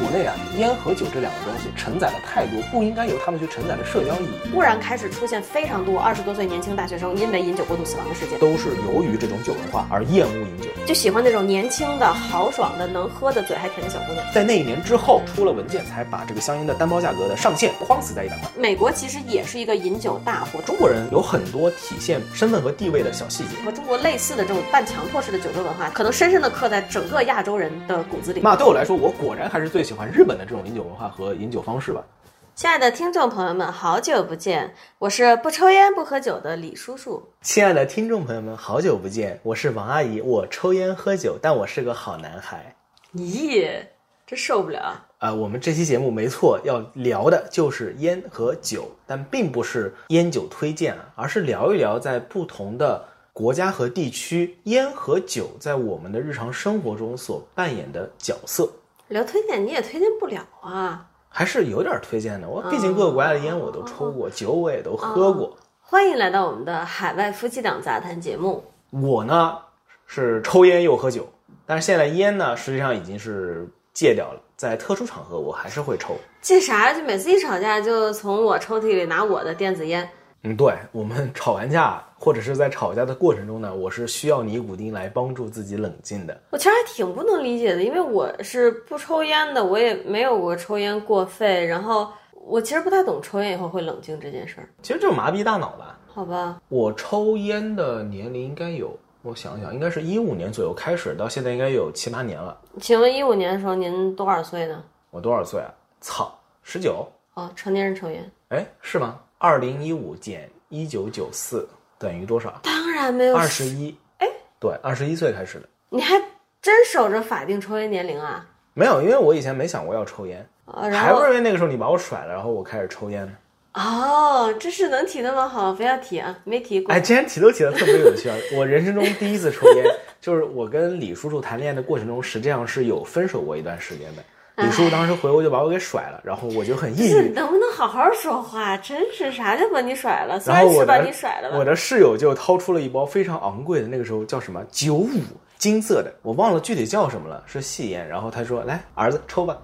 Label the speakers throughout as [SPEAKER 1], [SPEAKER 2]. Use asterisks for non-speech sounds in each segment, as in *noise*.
[SPEAKER 1] 国内啊，烟和酒这两个东西承载了太多不应该由他们去承载的社交意义，
[SPEAKER 2] 忽然开始出现非常多二十多岁年轻大学生因为饮酒过度死亡的事件，
[SPEAKER 3] 都是由于这种酒文化而厌恶饮酒。
[SPEAKER 2] 就喜欢那种年轻的、豪爽的、能喝的、嘴还甜的小姑娘。
[SPEAKER 3] 在那一年之后，出了文件才把这个香烟的单包价格的上限框死在一百块。
[SPEAKER 2] 美国其实也是一个饮酒大国，中
[SPEAKER 3] 中国人有很多体现身份和地位的小细节。
[SPEAKER 2] 和中国类似的这种半强迫式的酒桌文化，可能深深的刻在整个亚洲人的骨子里。
[SPEAKER 3] 那对我来说，我果然还是最喜欢日本的这种饮酒文化和饮酒方式吧。
[SPEAKER 2] 亲爱的听众朋友们，好久不见，我是不抽烟不喝酒的李叔叔。
[SPEAKER 3] 亲爱的听众朋友们，好久不见，我是王阿姨。我抽烟喝酒，但我是个好男孩。
[SPEAKER 2] 咦，真受不了！
[SPEAKER 3] 啊、我们这期节目没错，要聊的就是烟和酒，但并不是烟酒推荐啊，而是聊一聊在不同的国家和地区，烟和酒在我们的日常生活中所扮演的角色。
[SPEAKER 2] 聊推荐你也推荐不了啊。
[SPEAKER 3] 还是有点推荐的，我毕竟各个国家的烟我都抽过，酒我也都喝过。
[SPEAKER 2] 欢迎来到我们的海外夫妻档杂谈节目。
[SPEAKER 3] 我呢是抽烟又喝酒，但是现在烟呢实际上已经是戒掉了，在特殊场合我还是会抽。
[SPEAKER 2] 这啥？就每次一吵架就从我抽屉里拿我的电子烟。
[SPEAKER 3] 嗯，对我们吵完架或者是在吵架的过程中呢，我是需要尼古丁来帮助自己冷静的。
[SPEAKER 2] 我其实还挺不能理解的，因为我是不抽烟的，我也没有过抽烟过肺，然后我其实不太懂抽烟以后会冷静这件事儿，
[SPEAKER 3] 其实就是麻痹大脑吧。
[SPEAKER 2] 好吧？
[SPEAKER 3] 我抽烟的年龄应该有，我想想，应该是一五年左右开始，到现在应该有七八年了。
[SPEAKER 2] 请问一五年的时候您多少岁呢？
[SPEAKER 3] 我多少岁啊？操，十九。
[SPEAKER 2] 哦，成年人抽烟，
[SPEAKER 3] 哎，是吗？二零一五减一九九四等于多少？
[SPEAKER 2] 当然没有
[SPEAKER 3] 二十，一。哎，对，二十一岁开始的。
[SPEAKER 2] 你还真守着法定抽烟年龄啊？
[SPEAKER 3] 没有，因为我以前没想过要抽烟，
[SPEAKER 2] 啊，
[SPEAKER 3] 还
[SPEAKER 2] 然
[SPEAKER 3] 不是
[SPEAKER 2] 后
[SPEAKER 3] 因为那个时候你把我甩了，然后我开始抽烟呢。
[SPEAKER 2] 哦，这是能提那么好，不要提啊，没提过。
[SPEAKER 3] 哎，今天提都提的特别有趣啊！我人生中第一次抽烟，就是我跟李叔叔谈恋爱的过程中，实际上是有分手过一段时间的。李叔叔当时回国就把我给甩了，然后我就很抑
[SPEAKER 2] 嗯是
[SPEAKER 3] 郁，
[SPEAKER 2] 能不能好好说话？真是啥叫把你甩了？虽
[SPEAKER 3] 然
[SPEAKER 2] 然
[SPEAKER 3] 后我
[SPEAKER 2] 是把
[SPEAKER 3] 的
[SPEAKER 2] 你甩了
[SPEAKER 3] 我
[SPEAKER 2] 吧，
[SPEAKER 3] 的室友就掏出了一包非常昂贵的，那个时候叫什么九五金色的，我忘了具体叫什么了，是细烟。然后他说：“来，儿子抽
[SPEAKER 2] *laughs*
[SPEAKER 3] 吧。”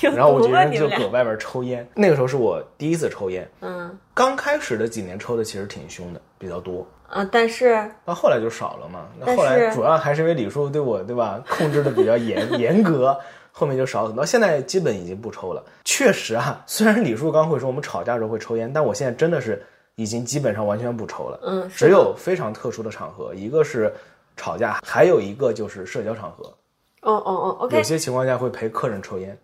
[SPEAKER 3] 然后我
[SPEAKER 2] 有
[SPEAKER 3] 就
[SPEAKER 2] 毒吧
[SPEAKER 3] 扔
[SPEAKER 2] 你
[SPEAKER 3] 就
[SPEAKER 2] 们俩
[SPEAKER 3] 搁外边抽烟。那个时候是我第一次抽烟，
[SPEAKER 2] 嗯
[SPEAKER 3] 刚开始的几年抽的其实挺凶的，比较多。
[SPEAKER 2] 啊，但是
[SPEAKER 3] 到后来就少了嘛。那
[SPEAKER 2] 但
[SPEAKER 3] 后来
[SPEAKER 2] 是
[SPEAKER 3] 主要还是因为李叔对我对吧控制的比较严 *laughs* 严格，后面就少很多。现在基本已经不抽了。确实啊，虽然李叔刚会说我们吵架的时候会抽烟，但我现在真的是已经基本上完全不抽了。
[SPEAKER 2] 嗯，是
[SPEAKER 3] 只有非常特殊的场合，一个是吵架，还有一个就是社交场合，
[SPEAKER 2] 哦哦哦，OK，
[SPEAKER 3] 有些情况下会陪客人抽烟。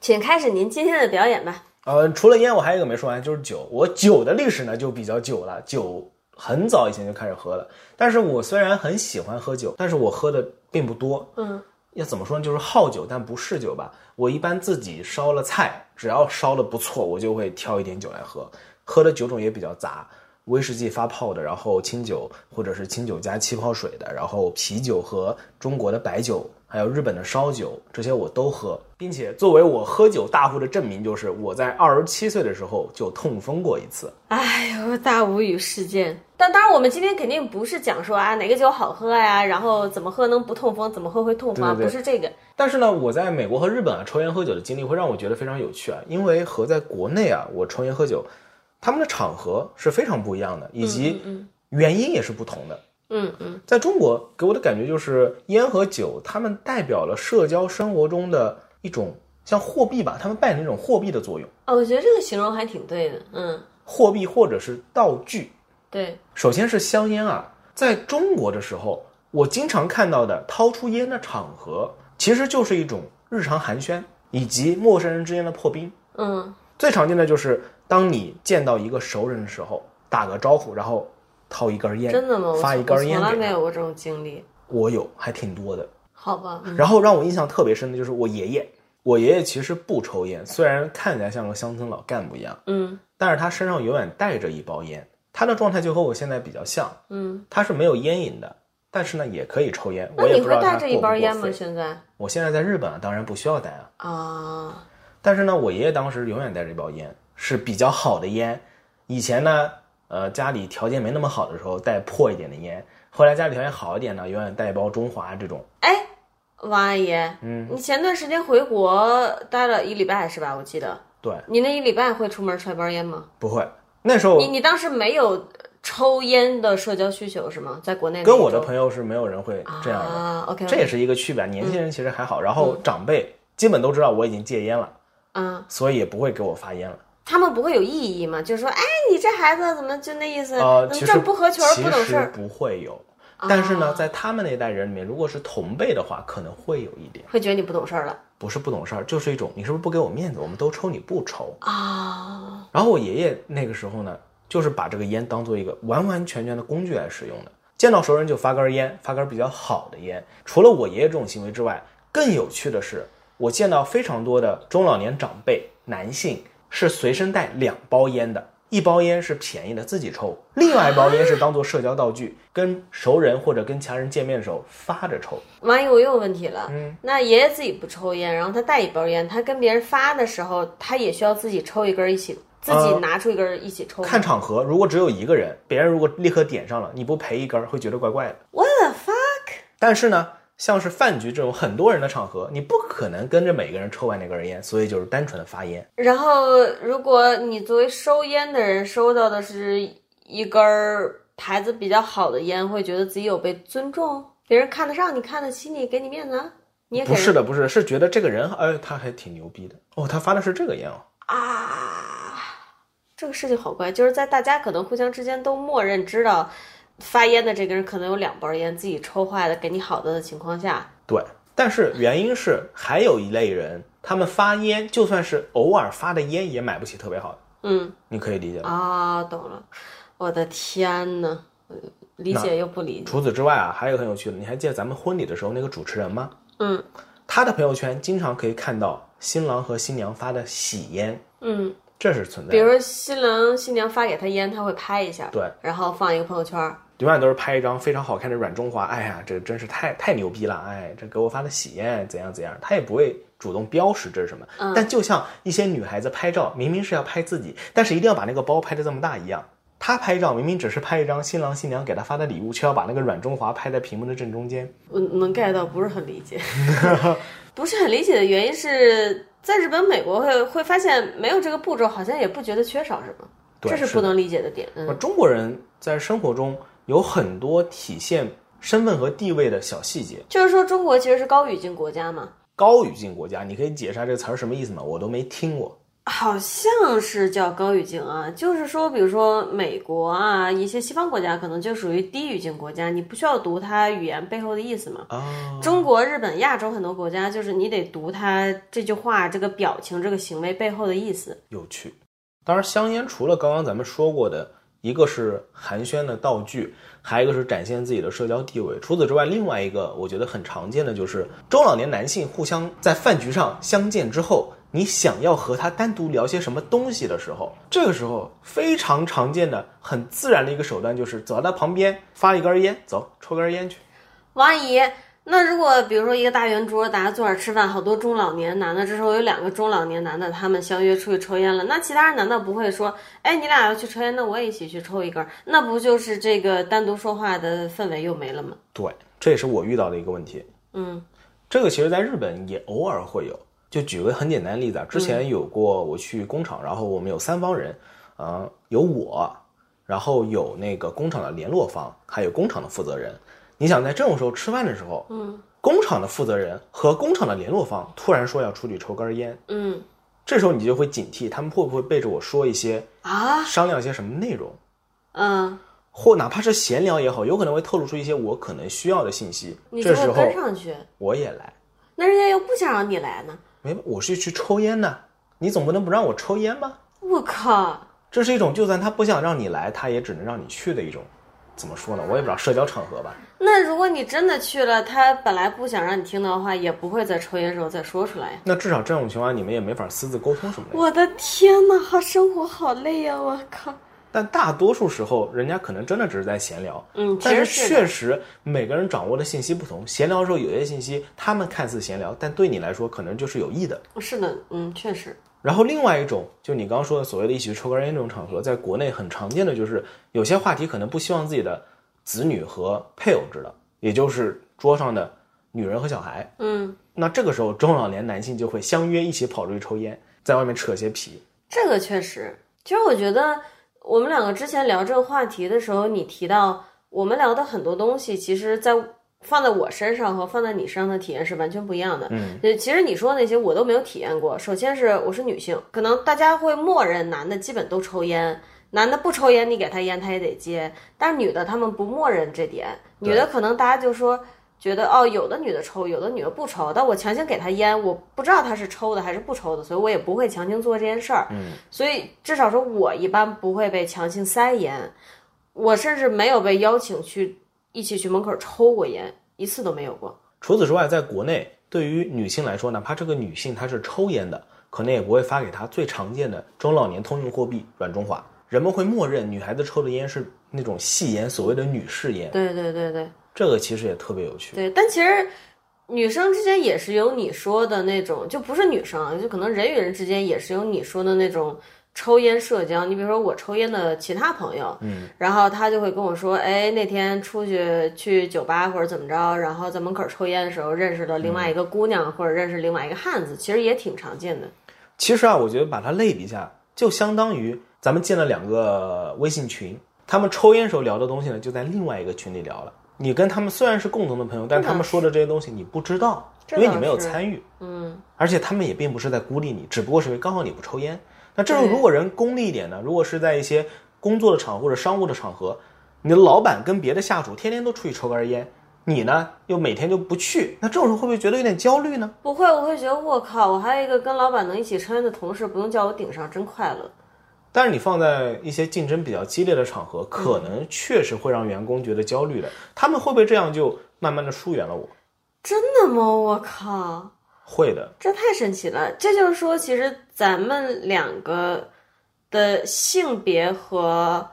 [SPEAKER 2] 请开始您今天的表演吧。
[SPEAKER 3] 呃，除了烟，我还有一个没说完，就是酒。我酒的历史呢就比较久了，酒很早以前就开始喝了。但是我虽然很喜欢喝酒，但是我喝的并不多。
[SPEAKER 2] 嗯，
[SPEAKER 3] 要怎么说呢？就是好酒但不嗜酒吧。我一般自己烧了菜，只要烧的不错，我就会挑一点酒来喝。喝的酒种也比较杂，威士忌发泡的，然后清酒或者是清酒加气泡水的，然后啤酒和中国的白酒，还有日本的烧酒，这些我都喝。并且作为我喝酒大户的证明，就是我在二十七岁的时候就痛风过一次。
[SPEAKER 2] 哎呦，大无语事件。但当然，我们今天肯定不是讲说啊哪个酒好喝呀，然后怎么喝能不痛风，怎么喝会痛风啊，
[SPEAKER 3] 对对对
[SPEAKER 2] 不是这个。
[SPEAKER 3] 但是呢，我在美国和日本啊抽烟喝酒的经历会让我觉得非常有趣啊，因为和在国内啊我抽烟喝酒，他们的场合是非常不一样的，以及原因也是不同的。
[SPEAKER 2] 嗯嗯，
[SPEAKER 3] 在中国给我的感觉就是烟和酒，他们代表了社交生活中的一种像货币吧，他们扮演一种货币的作用，
[SPEAKER 2] 哦，我觉得这个形容还挺对的。嗯，
[SPEAKER 3] 货币或者是道具。
[SPEAKER 2] 对，
[SPEAKER 3] 首先是香烟啊，在中国的时候，我经常看到的掏出烟的场合，其实就是一种日常寒暄以及陌生人之间的破冰。
[SPEAKER 2] 嗯，
[SPEAKER 3] 最常见的就是当你见到一个熟人的时候，打个招呼，然后掏一根烟，
[SPEAKER 2] 真的吗？我
[SPEAKER 3] 发一根烟
[SPEAKER 2] 我从来
[SPEAKER 3] 给
[SPEAKER 2] 没
[SPEAKER 3] 他。
[SPEAKER 2] 有过这种经历。
[SPEAKER 3] 我有，还挺多的。
[SPEAKER 2] 好吧，嗯
[SPEAKER 3] 然后让我印象特别深的就是我爷爷，我爷爷其实不抽烟，虽然看起来像个乡村老干部一样，
[SPEAKER 2] 嗯
[SPEAKER 3] 但是他身上永远带着一包烟，他的状态就和我现在比较像。
[SPEAKER 2] 嗯，
[SPEAKER 3] 他是没有烟瘾的，但是呢也可以抽烟。
[SPEAKER 2] 那
[SPEAKER 3] 我也
[SPEAKER 2] 你
[SPEAKER 3] 不
[SPEAKER 2] 会
[SPEAKER 3] 知道
[SPEAKER 2] 带
[SPEAKER 3] 他
[SPEAKER 2] 着
[SPEAKER 3] 过
[SPEAKER 2] 一
[SPEAKER 3] 不过
[SPEAKER 2] 包烟吗？
[SPEAKER 3] 肺
[SPEAKER 2] 现在
[SPEAKER 3] 我现在在日本啊，当然不需要带啊。
[SPEAKER 2] 啊，
[SPEAKER 3] 但是呢，我爷爷当时永远带着一包烟，是比较好的烟。以前呢，呃，家里条件没那么好的时候带破一点的烟，后来家里条件好一点呢，永远带一包中华这种。
[SPEAKER 2] 哎，王阿姨，嗯，你前段时间回国待了一礼拜是吧？我记得。
[SPEAKER 3] 对，
[SPEAKER 2] 你那一礼拜会出门揣包烟吗？
[SPEAKER 3] 不会。那时候
[SPEAKER 2] 你你当时没有抽烟的社交需求是吗？在国内
[SPEAKER 3] 跟我的
[SPEAKER 2] 友
[SPEAKER 3] 朋友是没有人会这样的，
[SPEAKER 2] 啊，OK，
[SPEAKER 3] 这也是一个区别。年轻人其实还好，然后长辈基本都知道我已经戒烟了，
[SPEAKER 2] 嗯，
[SPEAKER 3] 所以也不会给我发烟了。
[SPEAKER 2] 他们不会有异议吗？就是说，哎，你这孩子怎么就那意思？
[SPEAKER 3] 呃，
[SPEAKER 2] 怎
[SPEAKER 3] 其
[SPEAKER 2] 么
[SPEAKER 3] 实
[SPEAKER 2] 这不合群儿，
[SPEAKER 3] 其
[SPEAKER 2] 不懂事
[SPEAKER 3] 实
[SPEAKER 2] 儿，
[SPEAKER 3] 不会有。但是呢，
[SPEAKER 2] 啊
[SPEAKER 3] 在他们那代人里面，如果是同辈的话，可能会有一点，
[SPEAKER 2] 会觉得你不懂事儿了
[SPEAKER 3] 不是不懂事儿，就是一种你是不是不给我面子？我们都抽，你不抽。
[SPEAKER 2] 啊？
[SPEAKER 3] 然后我爷爷那个时候呢，就是把这个烟当做一个完完全全的工具来使用的，见到熟人就发根烟，发根比较好的烟。除了我爷爷这种行为之外，更有趣的是，我见到非常多的中老年长辈男性是随身带两包烟的。一包烟是便宜的自己抽，另外一包烟是当做社交道具，跟熟人或者跟其他人见面的时候发着抽。
[SPEAKER 2] 王姨，我又有问题了。嗯，那爷爷自己不抽烟，然后他带一包烟，他跟别人发的时候，他也需要自己抽一根儿一起，自己拿出一根儿一起抽
[SPEAKER 3] 呃
[SPEAKER 2] 吗。
[SPEAKER 3] 看场合，如果只有一个人，别人如果立刻点上了，你不赔一根儿，会觉得怪怪的。
[SPEAKER 2] 我的发，
[SPEAKER 3] 但是呢，像是饭局这种很多人的场合，你不可能跟着每个人抽完那根烟，所以就是单纯的发烟。
[SPEAKER 2] 然后如果你作为收烟的人收到的是一根儿牌子比较好的烟，会觉得自己有被尊重，别人看得上你，看得起你，给你面子啊，你也给
[SPEAKER 3] 不是
[SPEAKER 2] 人
[SPEAKER 3] 的，不是的，是觉得这个人，哎，他还挺牛逼的哦，他发的是这个烟哦。
[SPEAKER 2] 啊。这个事情好怪，就是在大家可能互相之间都默认知道，发烟的这个人可能有两包烟，自己抽坏的给你好的的情况下，
[SPEAKER 3] 对，但是原因是还有一类人，他们发烟，就算是偶尔发的烟，也买不起特别好的，
[SPEAKER 2] 嗯
[SPEAKER 3] 你可以理解吗？
[SPEAKER 2] 啊，懂了，我的天呐，呃理解又不理解，
[SPEAKER 3] 除此之外啊，还有一个很有趣的，你还记得咱们婚礼的时候那个主持人吗？
[SPEAKER 2] 嗯
[SPEAKER 3] 他的朋友圈经常可以看到新郎和新娘发的喜烟，
[SPEAKER 2] 嗯。
[SPEAKER 3] 这是存在的。
[SPEAKER 2] 比如说新郎新娘发给他烟，他会拍一下，
[SPEAKER 3] 对，
[SPEAKER 2] 然后放一个朋友圈儿。
[SPEAKER 3] 永远都是拍一张非常好看的阮中华，哎呀，这真是太太牛逼了，哎，这给我发的喜宴怎样怎样，他也不会主动标识这是什么。但就像一些女孩子拍照，明明是要拍自己，但是一定要把那个包拍的这么大一样。她拍照明明只是拍一张新郎新娘给她发的礼物，却要把那个阮中华拍在屏幕的正中间。
[SPEAKER 2] 我能 get 到，不是很理
[SPEAKER 3] *laughs*
[SPEAKER 2] 解，不是很理解的原因是在日本、美国会会发现没有这个步骤，好像也不觉得缺少什么，
[SPEAKER 3] 对
[SPEAKER 2] 这是
[SPEAKER 3] 是
[SPEAKER 2] 不
[SPEAKER 3] 的
[SPEAKER 2] 能理解的点。嗯
[SPEAKER 3] 那中国人在生活中有很多体现身份和地位的小细节。
[SPEAKER 2] 就是说中国其实是高语境国家嘛，
[SPEAKER 3] 高语境国家，你可以解释下这个词儿什么意思吗？我都没听过。
[SPEAKER 2] 好像是叫高语境啊，就是说，比如说美国啊，一些西方国家可能就属于低语境国家，你不需要读它语言背后的意思嘛。
[SPEAKER 3] 啊，
[SPEAKER 2] 中国、日本、亚洲很多国家，就是你得读它这句话、这个表情、这个行为背后的意思。
[SPEAKER 3] 有趣。当然，香烟除了刚刚咱们说过的，一个是寒暄的道具，还有一个是展现自己的社交地位。除此之外，另外一个我觉得很常见的就是中老年男性互相在饭局上相见之后，你想要和他单独聊些什么东西的时候，这个时候非常常见的、很自然的一个手段就是走到他旁边发一根烟，走，抽根烟去。
[SPEAKER 2] 王阿姨，那如果比如说一个大圆桌，大家坐着吃饭，好多中老年男的，这时候有两个中老年男的，他们相约出去抽烟了，那其他人难道不会说，哎，你俩要去抽烟，那我也一起去抽一根儿？那不就是这个单独说话的氛围又没了吗？
[SPEAKER 3] 对，这也是我遇到的一个问题。
[SPEAKER 2] 嗯，
[SPEAKER 3] 这个其实在日本也偶尔会有。就举个很简单的例子啊，之
[SPEAKER 2] 嗯
[SPEAKER 3] 前有过我去工厂，然后我们有三方人，呃，有我，然后有那个工厂的联络方，还有工厂的负责人。你想在这种时候吃饭的时候，
[SPEAKER 2] 嗯，
[SPEAKER 3] 工厂的负责人和工厂的联络方突然说要出去抽根烟，
[SPEAKER 2] 嗯
[SPEAKER 3] 这时候你就会警惕他们会不会背着我说一些
[SPEAKER 2] 啊，
[SPEAKER 3] 商量一些什么内容。
[SPEAKER 2] 嗯，
[SPEAKER 3] 或哪怕是闲聊也好，有可能会透露出一些我可能需要的信息。
[SPEAKER 2] 你就
[SPEAKER 3] 这时候
[SPEAKER 2] 会跟上去，
[SPEAKER 3] 我也来，
[SPEAKER 2] 那人家又不想让你来呢。
[SPEAKER 3] 没，我是去抽烟的，你总不能不让我抽烟吧？
[SPEAKER 2] 我靠，
[SPEAKER 3] 这是一种，就算他不想让你来，他也只能让你去的一种，怎么说呢？我也不知道社交场合吧。
[SPEAKER 2] 那如果你真的去了，他本来不想让你听到的话，也不会在抽烟时候再说出来呀。
[SPEAKER 3] 那至少这种情况你们也没法私自沟通什么的。
[SPEAKER 2] 我的天呐，好生活好累呀、我靠，
[SPEAKER 3] 但大多数时候，人家可能真的只是在闲聊。
[SPEAKER 2] 嗯，其
[SPEAKER 3] 但
[SPEAKER 2] 实
[SPEAKER 3] 是
[SPEAKER 2] 是的
[SPEAKER 3] 确实，每个人掌握的信息不同。闲聊的时候，有些信息他们看似闲聊，但对你来说可能就是有益的。
[SPEAKER 2] 是的，嗯，确实，
[SPEAKER 3] 然后另外一种，就你刚刚说的所谓的一起抽根烟这种场合，在国内很常见的就是有些话题可能不希望自己的子女和配偶知道，也就是桌上的女人和小孩。
[SPEAKER 2] 嗯，
[SPEAKER 3] 那这个时候，中老年男性就会相约一起跑出去抽烟，在外面扯些皮。
[SPEAKER 2] 这个确实，其实我觉得我们两个之前聊这个话题的时候，你提到我们聊的很多东西，其实在放在我身上和放在你身上的体验是完全不一样的。
[SPEAKER 3] 嗯，
[SPEAKER 2] 呃，其实你说的那些我都没有体验过。首先是我是女性，可能大家会默认男的基本都抽烟，男的不抽烟，你给他烟他也得接。但是女的他们不默认这点，女的可能大家就说觉得哦，有的女的抽，有的女的不抽，但我强行给她烟，我不知道她是抽的还是不抽的，所以我也不会强行做这件事儿。
[SPEAKER 3] 嗯，
[SPEAKER 2] 所以至少说我一般不会被强行塞烟，我甚至没有被邀请去一起去门口抽过烟，一次都没有过。
[SPEAKER 3] 除此之外，在国内对于女性来说，哪怕这个女性她是抽烟的，可能也不会发给她最常见的中老年通用货币软中华。人们会默认女孩子抽的烟是那种细烟，所谓的女士烟，
[SPEAKER 2] 对对对对。
[SPEAKER 3] 这个其实也特别有趣。
[SPEAKER 2] 对，但其实女生之间也是有你说的那种，就不是女生啊，就可能人与人之间也是有你说的那种抽烟社交。你比如说我抽烟的其他朋友，嗯，然后他就会跟我说，哎，那天出去去酒吧或者怎么着，然后在门口抽烟的时候认识了另外一个姑娘、或者认识另外一个汉子，其实也挺常见的。
[SPEAKER 3] 其实啊，我觉得把它类比一下，就相当于咱们建了两个微信群，他们抽烟时候聊的东西呢，就在另外一个群里聊了。你跟他们虽然是共同的朋友，但是他们说的这些东西你不知道，
[SPEAKER 2] 这
[SPEAKER 3] 因
[SPEAKER 2] 倒是
[SPEAKER 3] 为你没有参与，
[SPEAKER 2] 嗯，
[SPEAKER 3] 而且他们也并不是在孤立你，只不过是因为刚好你不抽烟。那这种
[SPEAKER 2] 对
[SPEAKER 3] 如果人功利一点呢，如果是在一些工作的场合或者商务的场合，你的老板跟别的下属天天都出去抽根烟，你呢又每天就不去，那这种时候会不会觉得有点焦虑呢？
[SPEAKER 2] 不会，我会觉得我靠，我还有一个跟老板能一起抽烟的同事，不用叫我顶上，真快乐。
[SPEAKER 3] 但是你放在一些竞争比较激烈的场合，可能确实会让员工觉得焦虑的。他们会不会这样就慢慢的疏远了我？
[SPEAKER 2] 真的吗？我靠！
[SPEAKER 3] 会的，
[SPEAKER 2] 这太神奇了！这就是说，其实咱们两个的性别和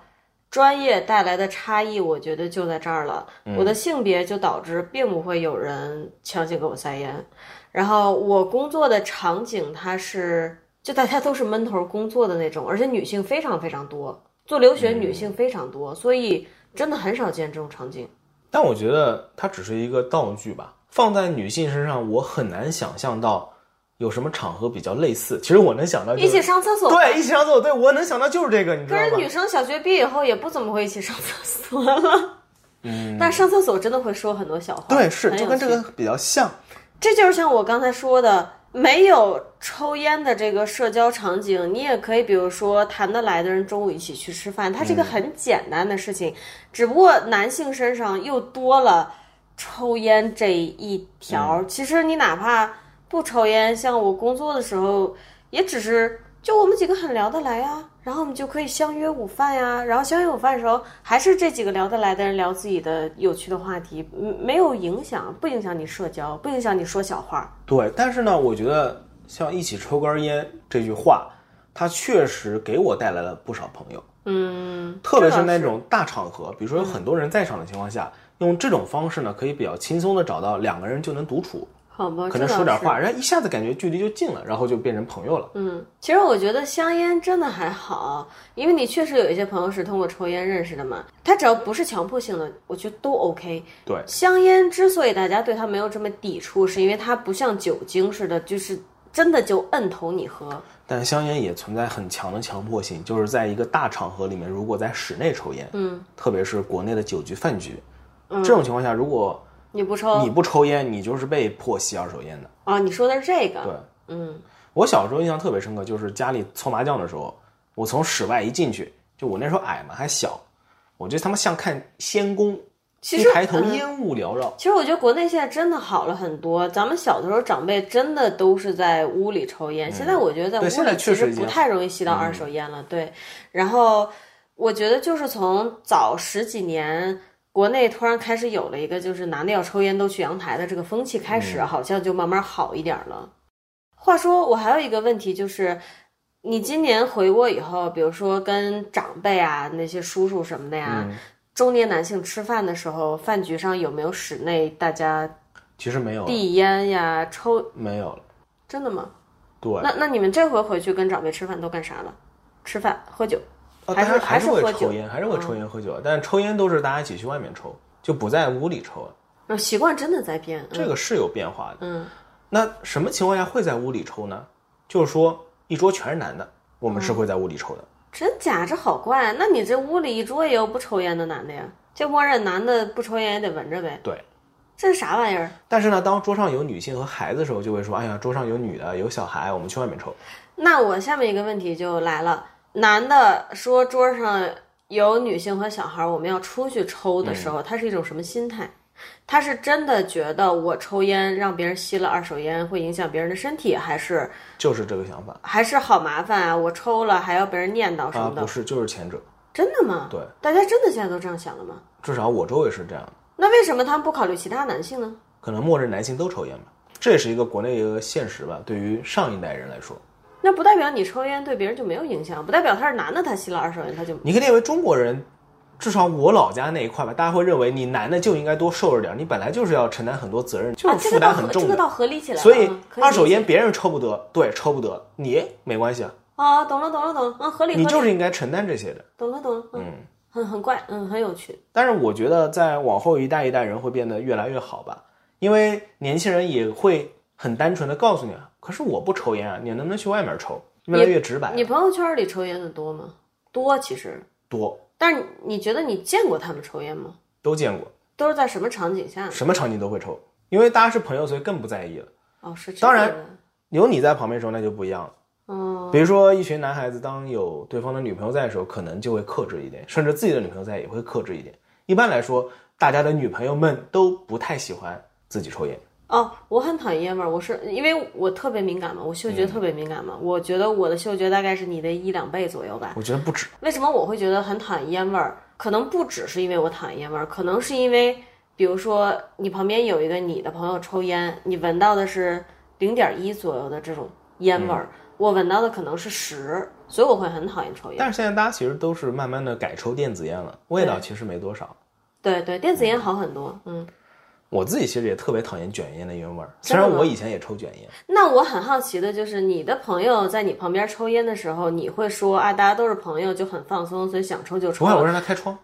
[SPEAKER 2] 专业带来的差异，我觉得就在这儿了。我的性别就导致并不会有人强行给我塞烟，然后我工作的场景它是就大家都是闷头工作的那种，而且女性非常非常多，做留学女性非常多，所以真的很少见这种场景。
[SPEAKER 3] 但我觉得它只是一个道具吧。放在女性身上，我很难想象到有什么场合比较类似。其实我能想到、就
[SPEAKER 2] 一
[SPEAKER 3] 是，
[SPEAKER 2] 起上厕所，
[SPEAKER 3] 对，一起上厕所，对我能想到就是这个，你知
[SPEAKER 2] 可
[SPEAKER 3] 道
[SPEAKER 2] 是
[SPEAKER 3] 吗
[SPEAKER 2] 女？生小学毕业以后也不怎么会一起上厕所了。嗯，但上厕所真的会说很多小话。
[SPEAKER 3] 对，是
[SPEAKER 2] 很有
[SPEAKER 3] 就跟这个
[SPEAKER 2] 趣，
[SPEAKER 3] 比较像。
[SPEAKER 2] 这就是像我刚才说的，没有抽烟的这个社交场景，你也可以，比如说谈得来的人中午一起去吃饭，它是
[SPEAKER 3] 嗯
[SPEAKER 2] 一个很简单的事情，只不过男性身上又多了抽烟这一条。
[SPEAKER 3] 嗯
[SPEAKER 2] 其实你哪怕不抽烟，像我工作的时候，也只是就我们几个很聊得来呀、然后我们就可以相约午饭呀、然后相约午饭的时候，还是这几个聊得来的人聊自己的有趣的话题，嗯，没有影响，不影响你社交，不影响你说小话。
[SPEAKER 3] 对，但是呢，我觉得像一起抽根烟这句话，它确实给我带来了不少朋友。
[SPEAKER 2] 嗯，
[SPEAKER 3] 特别
[SPEAKER 2] 这倒
[SPEAKER 3] 是那种大场合，比如说有很多人在场的情况下，用这种方式呢，可以比较轻松的找到两个人就能独处，
[SPEAKER 2] 好吧，
[SPEAKER 3] 可能
[SPEAKER 2] 哦这倒
[SPEAKER 3] 说点
[SPEAKER 2] 是
[SPEAKER 3] 话，人家一下子感觉距离就近了，然后就变成朋友了。
[SPEAKER 2] 嗯，其实我觉得香烟真的还好，因为你确实有一些朋友是通过抽烟认识的嘛，他只要不是强迫性的，我觉得都 OK。
[SPEAKER 3] 对
[SPEAKER 2] 香烟之所以大家对它没有这么抵触，是因为它不像酒精似的，就是真的就摁头你喝。
[SPEAKER 3] 但香烟也存在很强的强迫性，就是在一个大场合里面，如果在室内抽烟，
[SPEAKER 2] 嗯，
[SPEAKER 3] 特别是国内的酒局饭局，这种情况下，如果
[SPEAKER 2] 你不抽
[SPEAKER 3] 你不抽烟，你就是被迫吸二手烟的。
[SPEAKER 2] 啊？你说的是这
[SPEAKER 3] 对
[SPEAKER 2] 个？嗯，
[SPEAKER 3] 我小时候印象特别深刻，就是家里搓麻将的时候，我从室外一进去，就我那时候矮嘛，还小，我就他妈像看仙宫，
[SPEAKER 2] 其
[SPEAKER 3] 一
[SPEAKER 2] 实
[SPEAKER 3] 抬头
[SPEAKER 2] 嗯
[SPEAKER 3] 烟雾缭绕。
[SPEAKER 2] 其实我觉得国内现在真的好了很多。咱们小的时候，长辈真的都是在屋里抽烟。现在我觉得在
[SPEAKER 3] 嗯对
[SPEAKER 2] 屋
[SPEAKER 3] 现
[SPEAKER 2] 里
[SPEAKER 3] 在
[SPEAKER 2] 其
[SPEAKER 3] 确
[SPEAKER 2] 实
[SPEAKER 3] 实已
[SPEAKER 2] 不
[SPEAKER 3] 经
[SPEAKER 2] 太容易吸到二手烟了。对，然后我觉得就是从早十几年。国内突然开始有了一个就是男的要抽烟都去阳台的这个风气，开始好像就慢慢好一点了。话说，我还有一个问题就是，你今年回国以后，比如说跟长辈啊、那些叔叔什么的呀，
[SPEAKER 3] 嗯
[SPEAKER 2] 中年男性吃饭的时候，饭局上有没有室内大家
[SPEAKER 3] 其实没有了，
[SPEAKER 2] 递烟呀、抽？
[SPEAKER 3] 没有了。
[SPEAKER 2] 真的吗？
[SPEAKER 3] 对，
[SPEAKER 2] 那那你们这回回去跟长辈吃饭都干啥了？吃饭、喝酒，
[SPEAKER 3] 呃
[SPEAKER 2] 还
[SPEAKER 3] 大家
[SPEAKER 2] 是还
[SPEAKER 3] 还
[SPEAKER 2] 是
[SPEAKER 3] 是会
[SPEAKER 2] 喝酒嗯
[SPEAKER 3] 抽烟，还是会抽烟喝酒，但是抽烟都是大家一起去外面抽，就不在屋里抽了。
[SPEAKER 2] 然后哦习惯真的在变，嗯
[SPEAKER 3] 这个是有变化的。
[SPEAKER 2] 嗯
[SPEAKER 3] 那什么情况下会在屋里抽呢？就是说一桌全是男的，我
[SPEAKER 2] 嗯
[SPEAKER 3] 们是会在屋里抽的。
[SPEAKER 2] 真假这好怪。啊那你这屋里一桌也有不抽烟的男的呀？就默认男的不抽烟也得闻着呗？
[SPEAKER 3] 对，
[SPEAKER 2] 这是啥玩意儿？
[SPEAKER 3] 但是呢，当桌上有女性和孩子的时候，就会说：“哎呀，桌上有女的，有小孩，我们去外面抽。
[SPEAKER 2] 那我下面一个问题就来了：男的说桌上有女性和小孩，我们要出去抽的
[SPEAKER 3] 嗯
[SPEAKER 2] 时候，他是一种什么心态？他是真的觉得我抽烟让别人吸了二手烟会影响别人的身体，还是”
[SPEAKER 3] 就是这个想法
[SPEAKER 2] 还是好麻烦啊？我抽了还要被人念叨什
[SPEAKER 3] 啊，
[SPEAKER 2] 么的，
[SPEAKER 3] 不是，就是前者。
[SPEAKER 2] 真的吗？
[SPEAKER 3] 对，
[SPEAKER 2] 大家真的现在都这样想了吗？
[SPEAKER 3] 至少我周围是这样的，
[SPEAKER 2] 那为什么他们不考虑其他男性呢？
[SPEAKER 3] 可能默认男性都抽烟吧，这也是一个国内一个现实吧。对于上一代人来说，
[SPEAKER 2] 那不代表你抽烟对别人就没有影响，不代表他是男的他吸了二手烟他就
[SPEAKER 3] 你可以列为中国人，至少我老家那一块吧，大家会认为你男的就应该多受着点儿，你本来就是要承担很多责任，就
[SPEAKER 2] 啊
[SPEAKER 3] 是
[SPEAKER 2] 这
[SPEAKER 3] 负
[SPEAKER 2] 个倒
[SPEAKER 3] 担
[SPEAKER 2] 合
[SPEAKER 3] 很
[SPEAKER 2] 这
[SPEAKER 3] 重
[SPEAKER 2] 个
[SPEAKER 3] 的。
[SPEAKER 2] 倒合理起来了，
[SPEAKER 3] 所以
[SPEAKER 2] 嗯可
[SPEAKER 3] 二手
[SPEAKER 2] 理解
[SPEAKER 3] 烟别人抽不得，对，抽不得，你没关系啊，
[SPEAKER 2] 啊，懂了懂了懂了，嗯，合理合理，
[SPEAKER 3] 你就是应该承担这些的。
[SPEAKER 2] 懂了懂了，嗯，很很怪，嗯，很有趣，
[SPEAKER 3] 但是我觉得在往后一代一代人会变得越来越好吧，因为年轻人也会很单纯的告诉你，啊，可是我不抽烟啊，你能不能去外面抽？越来越直白啊
[SPEAKER 2] 你朋友圈里抽烟的多吗？多其实，
[SPEAKER 3] 多
[SPEAKER 2] 但是你觉得你见过他们抽烟吗？
[SPEAKER 3] 都见过，
[SPEAKER 2] 都是在什么场景下？
[SPEAKER 3] 什么场景都会抽，因为大家是朋友，所以更不在意了。
[SPEAKER 2] 哦，是这
[SPEAKER 3] 当
[SPEAKER 2] 样
[SPEAKER 3] 然
[SPEAKER 2] 的，
[SPEAKER 3] 有你在旁边的时候，那就不一样了。
[SPEAKER 2] 嗯，
[SPEAKER 3] 比如说，一群男孩子当有对方的女朋友在的时候，可能就会克制一点，甚至自己的女朋友在也会克制一点。一般来说，大家的女朋友们都不太喜欢自己抽烟。
[SPEAKER 2] 哦，我很讨厌烟味儿，我是因为我特别敏感嘛，我嗅觉特别敏感嘛，我觉得我的嗅觉大概是你的一两倍左右吧。
[SPEAKER 3] 我觉得不止，
[SPEAKER 2] 为什么我会觉得很讨厌烟味儿？可能不只是因为我讨厌烟味儿，可能是因为，比如说你旁边有一个你的朋友抽烟，你闻到的是零点一左右的这种烟味儿，我闻到的可能是十，所以我会很讨厌抽烟。
[SPEAKER 3] 但是现在大家其实都是慢慢的改抽电子烟了，味道其实没多少。
[SPEAKER 2] 对对，电子烟好很多，嗯。
[SPEAKER 3] 我自己其实也特别讨厌卷烟的烟味儿，虽
[SPEAKER 2] 真的
[SPEAKER 3] 然
[SPEAKER 2] 吗
[SPEAKER 3] 我以前也抽卷
[SPEAKER 2] *laughs*
[SPEAKER 3] 烟，
[SPEAKER 2] 那我很好奇的就是，你的朋友在你旁边抽烟的时候，你会说啊，大家都是朋友，就很放松，所以想抽就
[SPEAKER 3] 不
[SPEAKER 2] 抽
[SPEAKER 3] 会我
[SPEAKER 2] 了，
[SPEAKER 3] 让他开窗。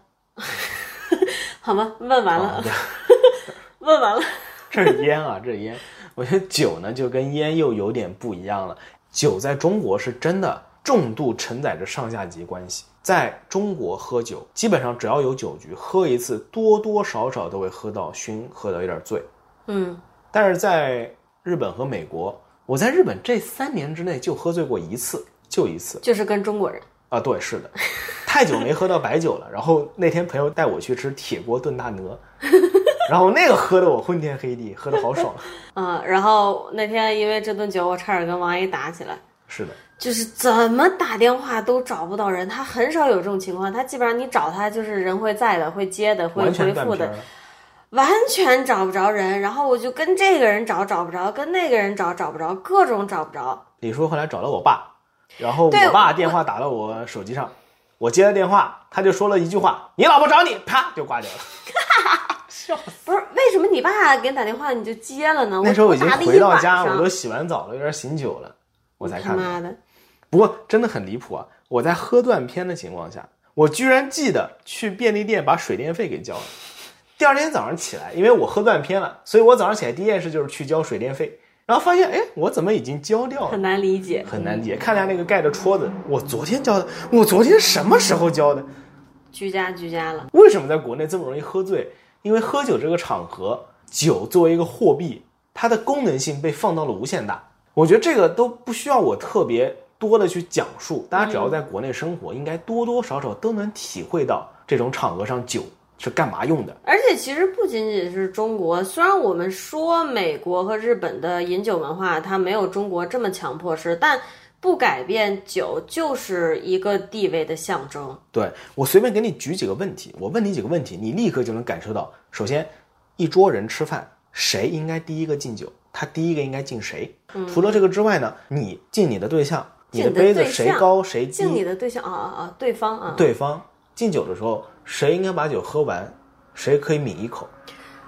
[SPEAKER 2] 好吗？问完
[SPEAKER 3] 啊
[SPEAKER 2] 了，， *laughs* 问完了。
[SPEAKER 3] 这是烟啊，这是烟。我觉得酒呢，就跟烟又有点不一样了。酒在中国是真的重度承载着上下级关系。在中国喝酒，基本上只要有酒局，喝一次多多少少都会喝到醺，喝到有点醉。
[SPEAKER 2] 嗯，
[SPEAKER 3] 但是在日本和美国，我在日本这三年之内就喝醉过一次，就一次。
[SPEAKER 2] 就是跟中国人。
[SPEAKER 3] 啊，对，是
[SPEAKER 2] *laughs*
[SPEAKER 3] 的，太久没喝到白酒了。然后那天朋友带我去吃铁锅炖大鹅， *laughs* 然后那个喝的我昏天黑地，喝的好
[SPEAKER 2] *laughs*
[SPEAKER 3] 爽。
[SPEAKER 2] 嗯，然后那天因为这顿酒，我差点跟王阿姨打起来，
[SPEAKER 3] 是的，
[SPEAKER 2] 就是怎么打电话都找不到人，他很少有这种情况，他基本上你找他就是人会在的，会接的，会
[SPEAKER 3] 完全
[SPEAKER 2] 回
[SPEAKER 3] 断
[SPEAKER 2] 复
[SPEAKER 3] 片儿
[SPEAKER 2] 的，
[SPEAKER 3] 了。
[SPEAKER 2] 完全找不着人。然后我就跟这个人找找不着，跟那个人找找不着，各种找不着。
[SPEAKER 3] 李叔后来找到我爸，然后
[SPEAKER 2] 对
[SPEAKER 3] 我爸
[SPEAKER 2] 我
[SPEAKER 3] 电话打到我手机上，我接了电话，他就说了一句话：“你老婆找你。”啪就挂掉了。
[SPEAKER 2] 啊不是为什么你爸给你打电话你就接了呢？
[SPEAKER 3] 那时候我已经
[SPEAKER 2] 打了
[SPEAKER 3] 回
[SPEAKER 2] 一
[SPEAKER 3] 到
[SPEAKER 2] 晚
[SPEAKER 3] 家，
[SPEAKER 2] 上，
[SPEAKER 3] 我都洗完澡了，有点醒酒了，我才
[SPEAKER 2] 他
[SPEAKER 3] 看到。
[SPEAKER 2] 妈的，
[SPEAKER 3] 不过真的很离谱啊！我在喝断片的情况下，我居然记得去便利店把水电费给交了。第二天早上起来，因为我喝断片了，所以我早上起来第一件事就是去交水电费，然后发现，哎，我怎么已经交掉了
[SPEAKER 2] 很？难理解。
[SPEAKER 3] 很难理解。看了下那个盖的戳子，我昨天交的，我昨天什么时候交的？
[SPEAKER 2] 居家居家了，
[SPEAKER 3] 为什么在国内这么容易喝醉？因为喝酒这个场合，酒作为一个货币，它的功能性被放到了无限大。我觉得这个都不需要我特别多的去讲述，大家只要在国内生活，应该多多少少都能体会到这种场合上酒是干嘛用的。
[SPEAKER 2] 而且其实不仅仅是中国，虽然我们说美国和日本的饮酒文化它没有中国这么强迫式，但不改变酒就是一个地位的象征。
[SPEAKER 3] 对我随便给你举几个问题，我问你几个问题，你立刻就能感受到。首先，一桌人吃饭，谁应该第一个敬酒？他第一个应该敬谁？除了这个之外呢，你敬你的对象，你
[SPEAKER 2] 嗯敬
[SPEAKER 3] 的
[SPEAKER 2] 你
[SPEAKER 3] 杯
[SPEAKER 2] 的
[SPEAKER 3] 子
[SPEAKER 2] 对
[SPEAKER 3] 谁
[SPEAKER 2] 象
[SPEAKER 3] 高谁低
[SPEAKER 2] 敬？你的对象啊啊啊，对方啊，
[SPEAKER 3] 对方敬酒的时候，谁应该把酒喝完，谁可以抿一口。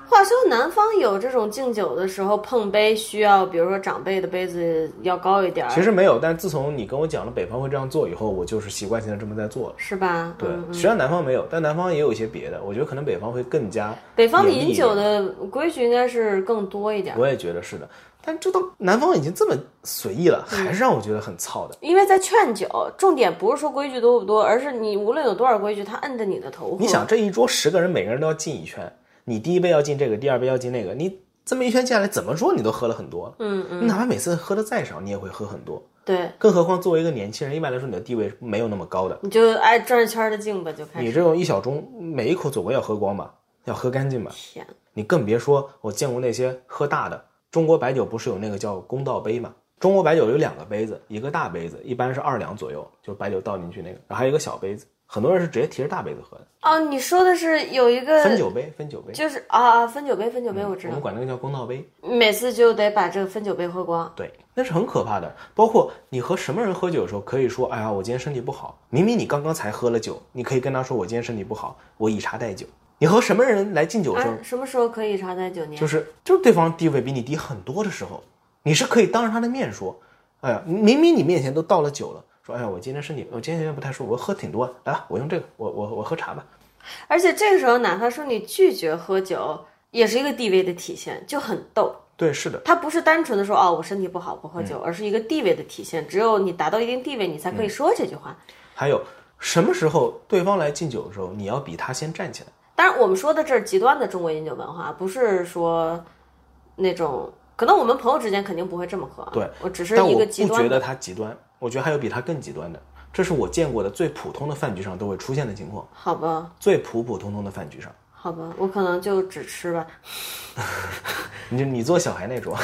[SPEAKER 2] 话说南方有这种敬酒的时候碰杯需要，比如说长辈的杯子要高一点儿，
[SPEAKER 3] 其实没有，但自从你跟我讲了北方会这样做以后，我就是习惯性的这么在做了。
[SPEAKER 2] 是吧？
[SPEAKER 3] 对
[SPEAKER 2] 嗯，
[SPEAKER 3] 虽然南方没有，但南方也有一些别的，我觉得可能北方会更加
[SPEAKER 2] 北方的
[SPEAKER 3] 严厉
[SPEAKER 2] 饮
[SPEAKER 3] 一
[SPEAKER 2] 酒
[SPEAKER 3] 点，
[SPEAKER 2] 的规矩应该是更多一点儿，
[SPEAKER 3] 我也觉得是的。但这都南方已经这么随意了，
[SPEAKER 2] 嗯
[SPEAKER 3] 还是让我觉得很操的。
[SPEAKER 2] 因为在劝酒，重点不是说规矩多不多，而是你无论有多少规矩，他摁着你的头。
[SPEAKER 3] 你想，，这一桌十个人，每个人都要敬一圈，你第一杯要敬这个，第二杯要敬那个，你这么一圈下来，怎么说你都喝了很多了。
[SPEAKER 2] 嗯嗯，
[SPEAKER 3] 你哪怕每次喝的再少，你也会喝很多。
[SPEAKER 2] 对，
[SPEAKER 3] 更何况作为一个年轻人，一般来说你的地位没有那么高的，
[SPEAKER 2] 你就爱转着圈儿的敬吧，就开
[SPEAKER 3] 你
[SPEAKER 2] 始。
[SPEAKER 3] 这种一小盅，每一口总归要喝光吧，要喝干净吧。
[SPEAKER 2] 天，
[SPEAKER 3] 你更别说我见过那些喝大的。中国白酒不是有那个叫公道杯嘛？中国白酒有两个杯子，一个大杯子，一般是二两左右，就白酒倒进去那个，然后还有一个小杯子。很多人是直接提着大杯子喝的，
[SPEAKER 2] 哦，你说的是有一个
[SPEAKER 3] 分酒杯，分酒杯，嗯
[SPEAKER 2] 就是啊啊，分酒杯，分酒杯，呃我知
[SPEAKER 3] 我
[SPEAKER 2] 道
[SPEAKER 3] 们，管那个叫公道杯。
[SPEAKER 2] 每次就得把这个分酒杯喝光。
[SPEAKER 3] 对，那是很可怕的。包括你和什么人喝酒的时候，可以说，哎呀，我今天身体不好。明明你刚刚才喝了酒，你可以跟他说，我今天身体不好，我以茶代酒。你和什么人来敬酒的时候
[SPEAKER 2] 啊，，什么时候可以以茶代酒年？
[SPEAKER 3] 就是就是对方地位比你低很多的时候，你是可以当着他的面说，哎呀，明明你面前都倒了酒了，说，哎呀，我今天身体，我今天不太舒服，我喝挺多，来吧，我用这个，我我我喝茶吧。
[SPEAKER 2] 而且这个时候，哪怕说你拒绝喝酒，也是一个地位的体现，就很逗。
[SPEAKER 3] 对，是的，
[SPEAKER 2] 它不是单纯的说哦，我身体不好
[SPEAKER 3] 嗯
[SPEAKER 2] 不喝酒，而是一个地位的体现。只有你达到一定地位，你才
[SPEAKER 3] 嗯
[SPEAKER 2] 可以说这句话。
[SPEAKER 3] 还有什么时候对方来敬酒的时候，你要比他先站起来。
[SPEAKER 2] 当然，我们说的这是极端的中国饮酒文化，不是说那种可能我们朋友之间肯定不会这么喝啊。
[SPEAKER 3] 对
[SPEAKER 2] 我只是
[SPEAKER 3] 但
[SPEAKER 2] 一
[SPEAKER 3] 我
[SPEAKER 2] 个
[SPEAKER 3] 不
[SPEAKER 2] 极
[SPEAKER 3] 觉
[SPEAKER 2] 端的。
[SPEAKER 3] 得他极端，我觉得还有比他更极端的，这是我见过的最普通的饭局上都会出现的情况，
[SPEAKER 2] 好吧，
[SPEAKER 3] 最普普通通的饭局上，
[SPEAKER 2] 好吧，我可能就只吃吧。
[SPEAKER 3] 你你做小孩那种，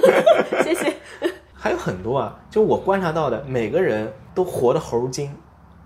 [SPEAKER 2] *laughs* 谢谢。
[SPEAKER 3] *laughs* 还有很多啊，就我观察到的，每个人都活得猴精，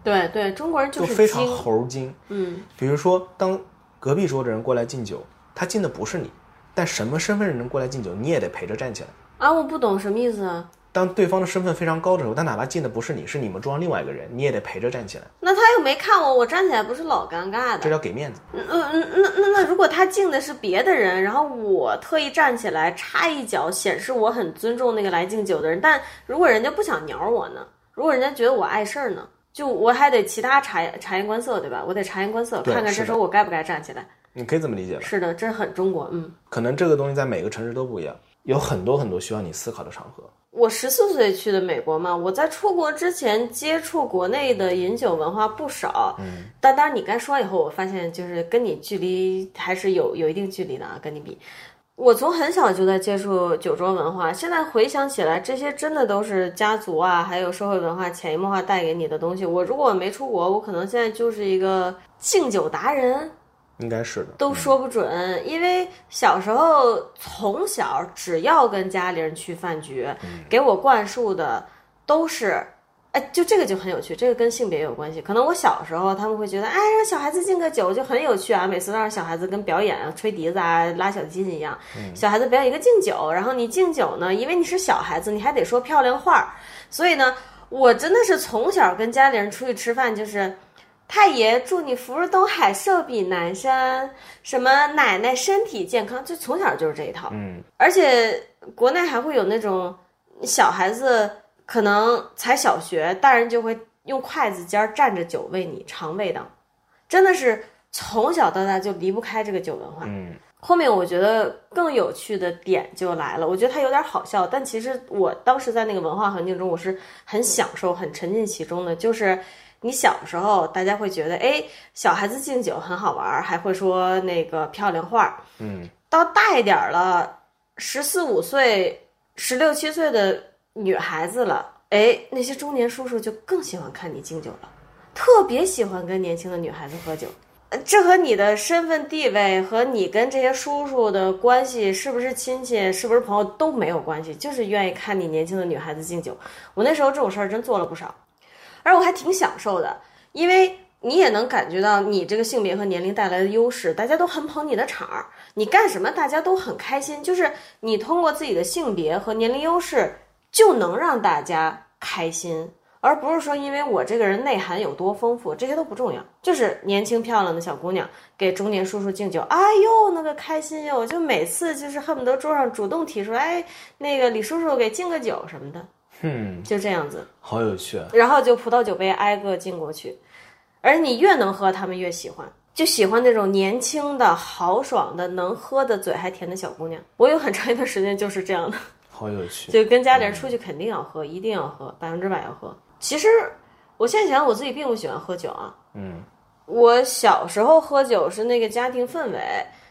[SPEAKER 2] 对对，中国人
[SPEAKER 3] 就是非常
[SPEAKER 2] 精
[SPEAKER 3] 猴精。
[SPEAKER 2] 嗯，
[SPEAKER 3] 比如说，当隔壁桌的人过来敬酒，他敬的不是你，但什么身份的人过来敬酒，你也得陪着站起来。
[SPEAKER 2] 啊，我不懂什么意思啊。
[SPEAKER 3] 当对方的身份非常高的时候，他哪怕敬的不是你，是你们桌上另外一个人，你也得陪着站起来，
[SPEAKER 2] 那他又没看我，我站起来不是老尴尬
[SPEAKER 3] 这
[SPEAKER 2] 的。
[SPEAKER 3] 叫给面子。
[SPEAKER 2] 嗯嗯，那那那，如果他敬的是别的人，然后我特意站起来插一脚，显示我很尊重那个来敬酒的人。但如果人家不想鸟我呢？如果人家觉得我碍事儿呢？就我还得其他察察言观色，对吧？我得察言观色，
[SPEAKER 3] 对
[SPEAKER 2] 看看
[SPEAKER 3] 是
[SPEAKER 2] 这
[SPEAKER 3] 的
[SPEAKER 2] 时候我该不该站起来。
[SPEAKER 3] 你可以这么理解吧？
[SPEAKER 2] 是的，这很中国。嗯，
[SPEAKER 3] 可能这个东西在每个城市都不一样，有很多很多需要你思考的场合。
[SPEAKER 2] 我十四岁去的美国嘛，我在出国之前接触国内的饮酒文化不少。嗯，但当然你刚说以后，我发现就是跟你距离还是有有一定距离的啊，跟你比。我从很小就在接触酒桌文化，现在回想起来，这些真的都是家族啊，还有社会文化潜移默化带给你的东西。我如果没出国，我可能现在就是一个敬酒达人，
[SPEAKER 3] 应该是的，
[SPEAKER 2] 都说不准，因为小时候从小只要跟家里人去饭局，给我灌输的都是。哎，就这个就很有趣，这个跟性别有关系。可能我小时候他们会觉得，哎，让小孩子敬个酒就很有趣啊，每次都让小孩子跟表演啊、吹笛子啊、拉小提琴一样，小孩子表演一个敬酒，然后你敬酒呢，因为你是小孩子，你还得说漂亮话儿，所以呢，我真的是从小跟家里人出去吃饭就是。太爷，祝你福如东海，寿比南山。什么奶奶身体健康，就从小就是这一套。
[SPEAKER 3] 嗯，
[SPEAKER 2] 而且国内还会有那种小孩子可能才小学，大人就会用筷子尖儿蘸着酒喂你尝味道，真的是从小到大就离不开这个酒文化。
[SPEAKER 3] 嗯，
[SPEAKER 2] 后面我觉得更有趣的点就来了，我觉得它有点好笑，但其实我当时在那个文化环境中，我是很享受、很沉浸其中的。就是你小时候，大家会觉得，哎，小孩子敬酒很好玩儿，还会说那个漂亮话儿。
[SPEAKER 3] 嗯，
[SPEAKER 2] 到大一点儿了，十四五岁、十六七岁的女孩子了，哎，那些中年叔叔就更喜欢看你敬酒了，特别喜欢跟年轻的女孩子喝酒。呃这和你的身份地位和你跟这些叔叔的关系是不是亲戚、是不是朋友都没有关系，就是愿意看你年轻的女孩子敬酒。我那时候这种事儿真做了不少，而我还挺享受的，因为你也能感觉到你这个性别和年龄带来的优势，大家都很捧你的场儿，你干什么大家都很开心，就是你通过自己的性别和年龄优势就能让大家开心。而不是说因为我这个人内涵有多丰富，这些都不重要。就是年轻漂亮的小姑娘给中年叔叔敬酒，哎呦那个开心哟！就每次就是恨不得桌上主动提出，哎，那个李叔叔给敬个酒什么的，
[SPEAKER 3] 嗯，
[SPEAKER 2] 就这样子。
[SPEAKER 3] 好有趣啊。
[SPEAKER 2] 然后就葡萄酒杯挨个敬过去，而你越能喝，他们越喜欢，就喜欢那种年轻的、豪爽的、能喝的、嘴还甜的小姑娘。我有很长一段时间就是这样的，
[SPEAKER 3] 好有趣，
[SPEAKER 2] 就跟家里人出去肯定要喝，一定要喝，百分之百要喝。其实我现在想，我自己并不喜欢喝酒啊。
[SPEAKER 3] 嗯，
[SPEAKER 2] 我小时候喝酒是那个家庭氛围，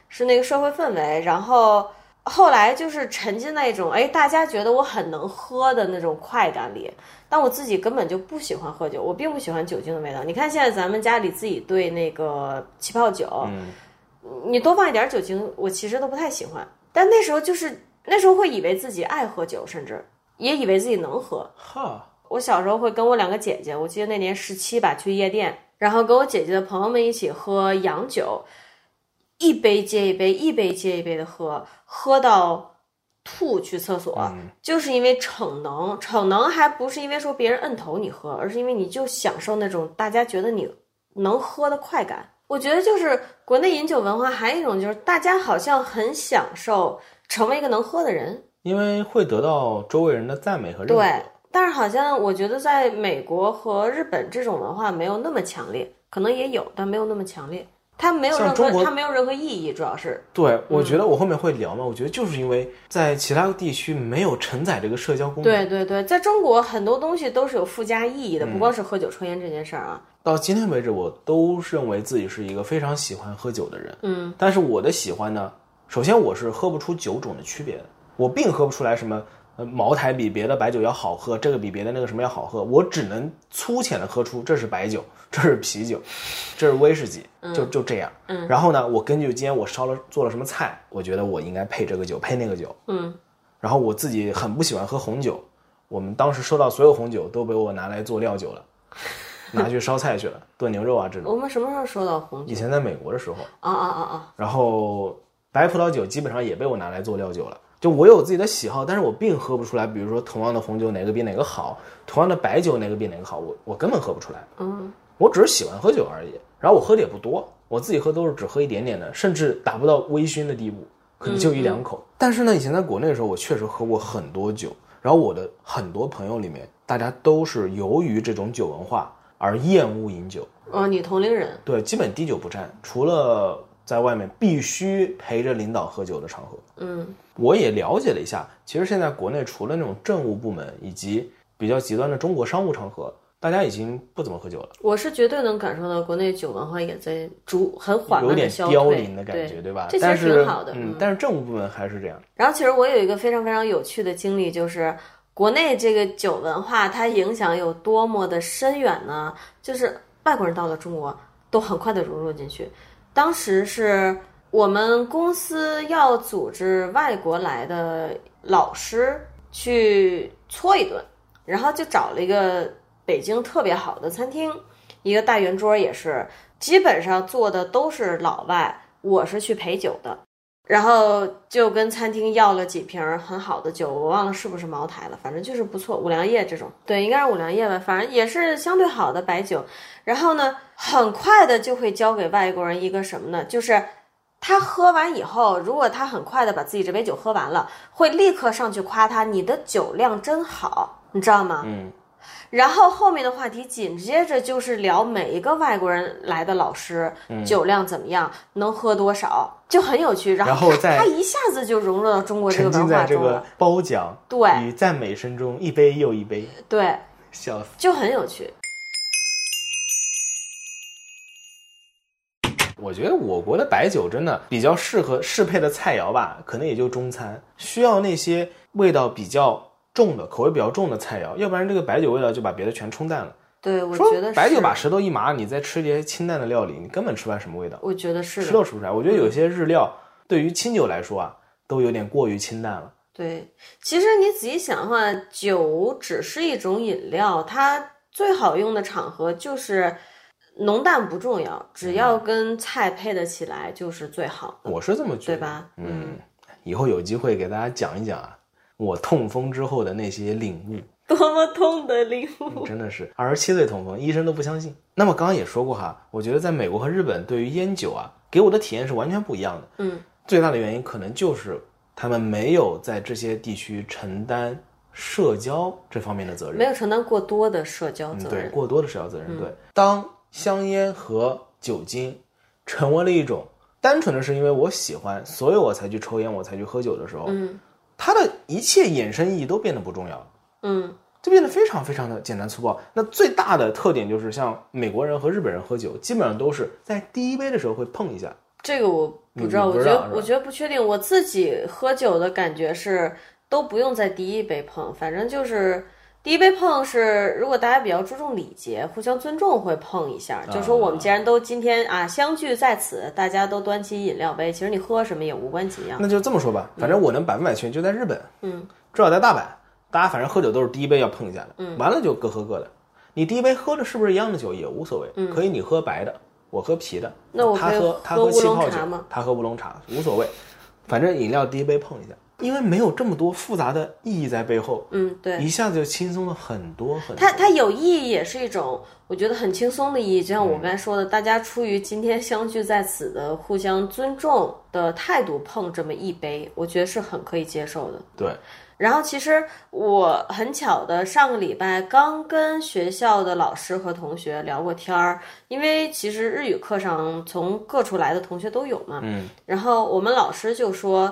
[SPEAKER 2] 是那个社会氛围，然后后来就是沉浸在一种哎，大家觉得我很能喝的那种快感里。但我自己根本就不喜欢喝酒，我并不喜欢酒精的味道。你看现在咱们家里自己兑那个气泡酒，你多放一点酒精，我其实都不太喜欢。但那时候就是那时候会以为自己爱喝酒，甚至也以为自己能喝。
[SPEAKER 3] 哈，
[SPEAKER 2] 我小时候会跟我两个姐姐，我记得那年十七吧，去夜店，然后跟我姐姐的朋友们一起喝洋酒，一杯接一杯，一杯接一杯的喝，喝到吐去厕所，
[SPEAKER 3] 啊
[SPEAKER 2] 就是因为逞能。逞能还不是因为说别人摁头你喝，而是因为你就享受那种大家觉得你能喝的快感。我觉得就是国内饮酒文化还有一种就是大家好像很享受成为一个能喝的人，
[SPEAKER 3] 因为会得到周围人的赞美和认
[SPEAKER 2] 对
[SPEAKER 3] 可。，
[SPEAKER 2] 但是好像我觉得在美国和日本这种文化没有那么强烈，可能也有，但没有那么强烈。它没有
[SPEAKER 3] 像
[SPEAKER 2] 任
[SPEAKER 3] 中
[SPEAKER 2] 何，
[SPEAKER 3] 国
[SPEAKER 2] 它没有任何意义，主要是
[SPEAKER 3] 对，我觉得我后面会聊嘛，我觉得就是因为在其他地区没有承载这个社交功能，
[SPEAKER 2] 对对对，在中国很多东西都是有附加意义的，
[SPEAKER 3] 嗯
[SPEAKER 2] 不光是喝酒抽烟这件事儿啊。
[SPEAKER 3] 到今天为止，我都是认为自己是一个非常喜欢喝酒的人。
[SPEAKER 2] 嗯，
[SPEAKER 3] 但是我的喜欢呢，首先我是喝不出酒种的区别的，我并喝不出来什么呃茅台比别的白酒要好喝，这个比别的那个什么要好喝，我只能粗浅的喝出这是白酒，这是啤酒，这是威士忌，就就这样。嗯。然后呢，我根据今天我烧了做了什么菜，我觉得我应该配这个酒，配那个酒。
[SPEAKER 2] 嗯。
[SPEAKER 3] 然后我自己很不喜欢喝红酒，我们当时收到所有红酒都被我拿来做料酒了，拿去烧菜去了，炖牛肉啊这种。
[SPEAKER 2] 我们什么时候说到红
[SPEAKER 3] 以
[SPEAKER 2] 酒？
[SPEAKER 3] 前在美国的时候，
[SPEAKER 2] 啊啊啊啊！
[SPEAKER 3] 然后白葡萄酒基本上也被我拿来做料酒了。就我有自己的喜好，但是我并喝不出来，比如说同样的红酒哪个比哪个好，同样的白酒哪个比哪个好，我我根本喝不出来。
[SPEAKER 2] 嗯，
[SPEAKER 3] 我只是喜欢喝酒而已，然后我喝的也不多，我自己喝都是只喝一点点的，甚至达不到微醺的地步，可能就一两口。但是呢，以前在国内的时候，我确实喝过很多酒，然后我的很多朋友里面，大家都是由于这种酒文化而厌恶饮酒。
[SPEAKER 2] 哦，你同龄人，
[SPEAKER 3] 对，基本滴酒不沾，除了在外面必须陪着领导喝酒的场合。
[SPEAKER 2] 嗯
[SPEAKER 3] 我也了解了一下，其实现在国内除了那种政务部门以及比较极端的中国商务场合，大家已经不怎么喝酒了，
[SPEAKER 2] 我是绝对能感受到国内酒文化也在逐很缓
[SPEAKER 3] 有
[SPEAKER 2] 慢的
[SPEAKER 3] 点
[SPEAKER 2] 消
[SPEAKER 3] 凋
[SPEAKER 2] 退
[SPEAKER 3] 零的感觉，对吧？
[SPEAKER 2] 这其
[SPEAKER 3] 但
[SPEAKER 2] 实
[SPEAKER 3] 是
[SPEAKER 2] 挺好的。
[SPEAKER 3] 嗯，但是政务部门还是这样。
[SPEAKER 2] 然后其实我有一个非常非常有趣的经历，就是国内这个酒文化它影响有多么的深远呢？就是外国人到了中国都很快的融入进去。当时是我们公司要组织外国来的老师去搓一顿，然后就找了一个北京特别好的餐厅，一个大圆桌也是，基本上坐的都是老外，我是去陪酒的。然后就跟餐厅要了几瓶儿很好的酒，我忘了是不是茅台了，反正就是不错，五粮液这种，对，应该是五粮液吧，反正也是相对好的白酒。然后呢，很快的就会教给外国人一个什么呢？就是他喝完以后，如果他很快的把自己这杯酒喝完了，会立刻上去夸他，你的酒量真好，你知道吗？
[SPEAKER 3] 嗯，
[SPEAKER 2] 然后后面的话题紧接着就是聊每一个外国人来的老师、
[SPEAKER 3] 嗯
[SPEAKER 2] 酒量怎么样，能喝多少，就很有趣。然
[SPEAKER 3] 然后
[SPEAKER 2] 后他
[SPEAKER 3] 再
[SPEAKER 2] 他一下子就融入到中国这个
[SPEAKER 3] 沉浸
[SPEAKER 2] 文
[SPEAKER 3] 在
[SPEAKER 2] 化
[SPEAKER 3] 这
[SPEAKER 2] 中
[SPEAKER 3] 个嗯
[SPEAKER 2] 了，
[SPEAKER 3] 褒奖
[SPEAKER 2] 对
[SPEAKER 3] 与赞美声中，一杯又一杯，
[SPEAKER 2] 对，
[SPEAKER 3] 笑死。
[SPEAKER 2] 就很有趣。
[SPEAKER 3] 我觉得我国的白酒真的比较适合适配的菜肴吧，可能也就中餐，需要那些味道比较重的、口味比较重的菜肴，要不然这个白酒味道就把别的全冲淡了。
[SPEAKER 2] 对，我
[SPEAKER 3] 说
[SPEAKER 2] 觉得是
[SPEAKER 3] 白酒把，舌头一麻，你再吃这些清淡的料理，你根本吃不出来什么味道，
[SPEAKER 2] 我觉得是
[SPEAKER 3] 吃
[SPEAKER 2] 的，嗯
[SPEAKER 3] 都吃不出来。我觉得有些日料对于清酒来说啊，都有点过于清淡了。
[SPEAKER 2] 对。其实你仔细想的话，酒只是一种饮料，它最好用的场合就是浓淡不重要，只要跟菜配得起来就是最好 *laughs* 的，
[SPEAKER 3] 我是这么觉
[SPEAKER 2] 对
[SPEAKER 3] 得，
[SPEAKER 2] 吧？嗯
[SPEAKER 3] 嗯，以后有机会给大家讲一讲啊，我痛风之后的那些领悟。
[SPEAKER 2] 多么痛的领悟！
[SPEAKER 3] 真的 *laughs* 是二十七岁痛风，医生都不相信。那么刚刚也说过哈，我觉得在美国和日本对于烟酒啊，给我的体验是完全不一样的。
[SPEAKER 2] 嗯，
[SPEAKER 3] 最大的原因可能就是他们没有在这些地区承担社交这方面的责任
[SPEAKER 2] 嗯没。有承担过多的社交
[SPEAKER 3] 嗯
[SPEAKER 2] 责
[SPEAKER 3] 对，
[SPEAKER 2] 任。嗯
[SPEAKER 3] 过多的社交责任。对，当香烟和酒精成为了一种单纯的是因为我喜欢，所以我才去抽烟，我才去喝酒的时候，
[SPEAKER 2] 嗯
[SPEAKER 3] 它的一切衍生意义都变得不重要了。
[SPEAKER 2] 嗯
[SPEAKER 3] 就变得非常非常的简单粗暴。那最大的特点就是，像美国人和日本人喝酒，基本上都是在第一杯的时候会碰一下。
[SPEAKER 2] 这个我不知道，
[SPEAKER 3] 你嗯你
[SPEAKER 2] 我
[SPEAKER 3] 不
[SPEAKER 2] 觉
[SPEAKER 3] 知道
[SPEAKER 2] 得
[SPEAKER 3] 是吧
[SPEAKER 2] 我觉得不确定。我自己喝酒的感觉是都不用在第一杯碰，反正就是第一杯碰是，如果大家比较注重礼节，互相尊重会碰一下，就说我们既然都今天啊相聚在此，大家都端起饮料杯，其实你喝什么也无关紧要。
[SPEAKER 3] 那就这么说吧，反正我能百分百确定，就在日本，
[SPEAKER 2] 嗯，
[SPEAKER 3] 至少在大阪，大家反正喝酒都是第一杯要碰一下的，嗯，完了就各喝各的。你第一杯喝的是不是一样的酒也无所谓，可以你喝白的，我喝啤的，
[SPEAKER 2] 嗯那我
[SPEAKER 3] 他
[SPEAKER 2] 可以
[SPEAKER 3] 喝他
[SPEAKER 2] 喝乌
[SPEAKER 3] 喝气
[SPEAKER 2] 龙
[SPEAKER 3] 泡酒
[SPEAKER 2] 茶吗，
[SPEAKER 3] 他喝乌龙茶无所谓，反正饮料第一杯碰一下，因为没有这么多复杂的意义在背后，
[SPEAKER 2] 嗯，对。
[SPEAKER 3] 一下子就轻松了很多很多。
[SPEAKER 2] 它它有意义，也是一种我觉得很轻松的意义。
[SPEAKER 3] 嗯
[SPEAKER 2] 就像我刚才说的，大家出于今天相聚在此的互相尊重的态度碰这么一杯，我觉得是很可以接受的。
[SPEAKER 3] 对，
[SPEAKER 2] 然后其实我很巧的，上个礼拜刚跟学校的老师和同学聊过天儿，因为其实日语课上从各处来的同学都有嘛。
[SPEAKER 3] 嗯，
[SPEAKER 2] 然后我们老师就说，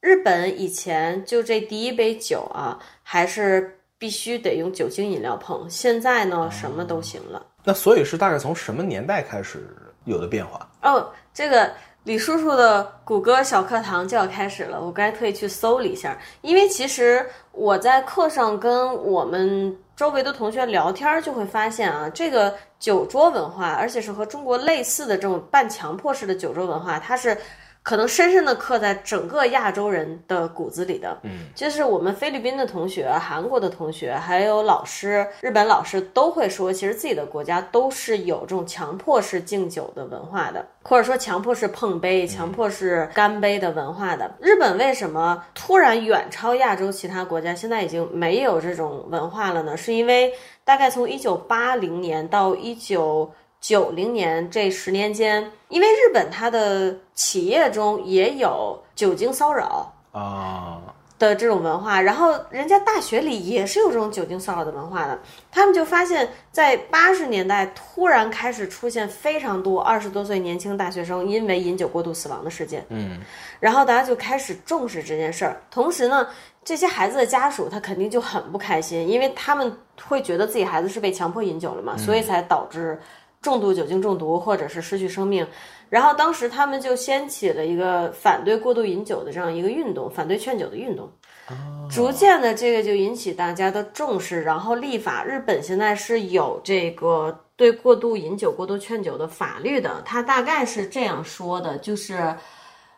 [SPEAKER 2] 日本以前就这第一杯酒啊，还是必须得用酒精饮料碰，现在呢什么都行了。
[SPEAKER 3] 那所以是大概从什么年代开始有的变化？
[SPEAKER 2] 哦，这个李叔叔的谷歌小课堂就要开始了，我刚才特意去搜了一下，因为其实我在课上跟我们周围的同学聊天儿，就会发现啊，这个酒桌文化，而且是和中国类似的这种半强迫式的酒桌文化，它是。可能深深的刻在整个亚洲人的骨子里的，嗯，就是我们菲律宾的同学、韩国的同学，还有老师、日本老师都会说，其实自己的国家都是有这种强迫式敬酒的文化的，或者说强迫式碰杯、强迫式干杯的文化的。日本为什么突然远超亚洲其他国家，现在已经没有这种文化了呢？是因为大概从一九八零年到一九九零年这十年间，因为日本它的企业中也有酒精骚扰
[SPEAKER 3] 啊，
[SPEAKER 2] 的这种文化，然后人家大学里也是有这种酒精骚扰的文化的，他们就发现，在八十年代突然开始出现非常多二十多岁年轻大学生因为饮酒过度死亡的事件。
[SPEAKER 3] 嗯，
[SPEAKER 2] 然后大家就开始重视这件事儿。同时呢，这些孩子的家属他肯定就很不开心，因为他们会觉得自己孩子是被强迫饮酒了嘛，所以才导致重度酒精中毒或者是失去生命。然后当时他们就掀起了一个反对过度饮酒的这样一个运动，反对劝酒的运动。逐渐的，这个就引起大家的重视，然后立法。日本现在是有这个对过度饮酒、过度劝酒的法律的，它大概是这样说的，就是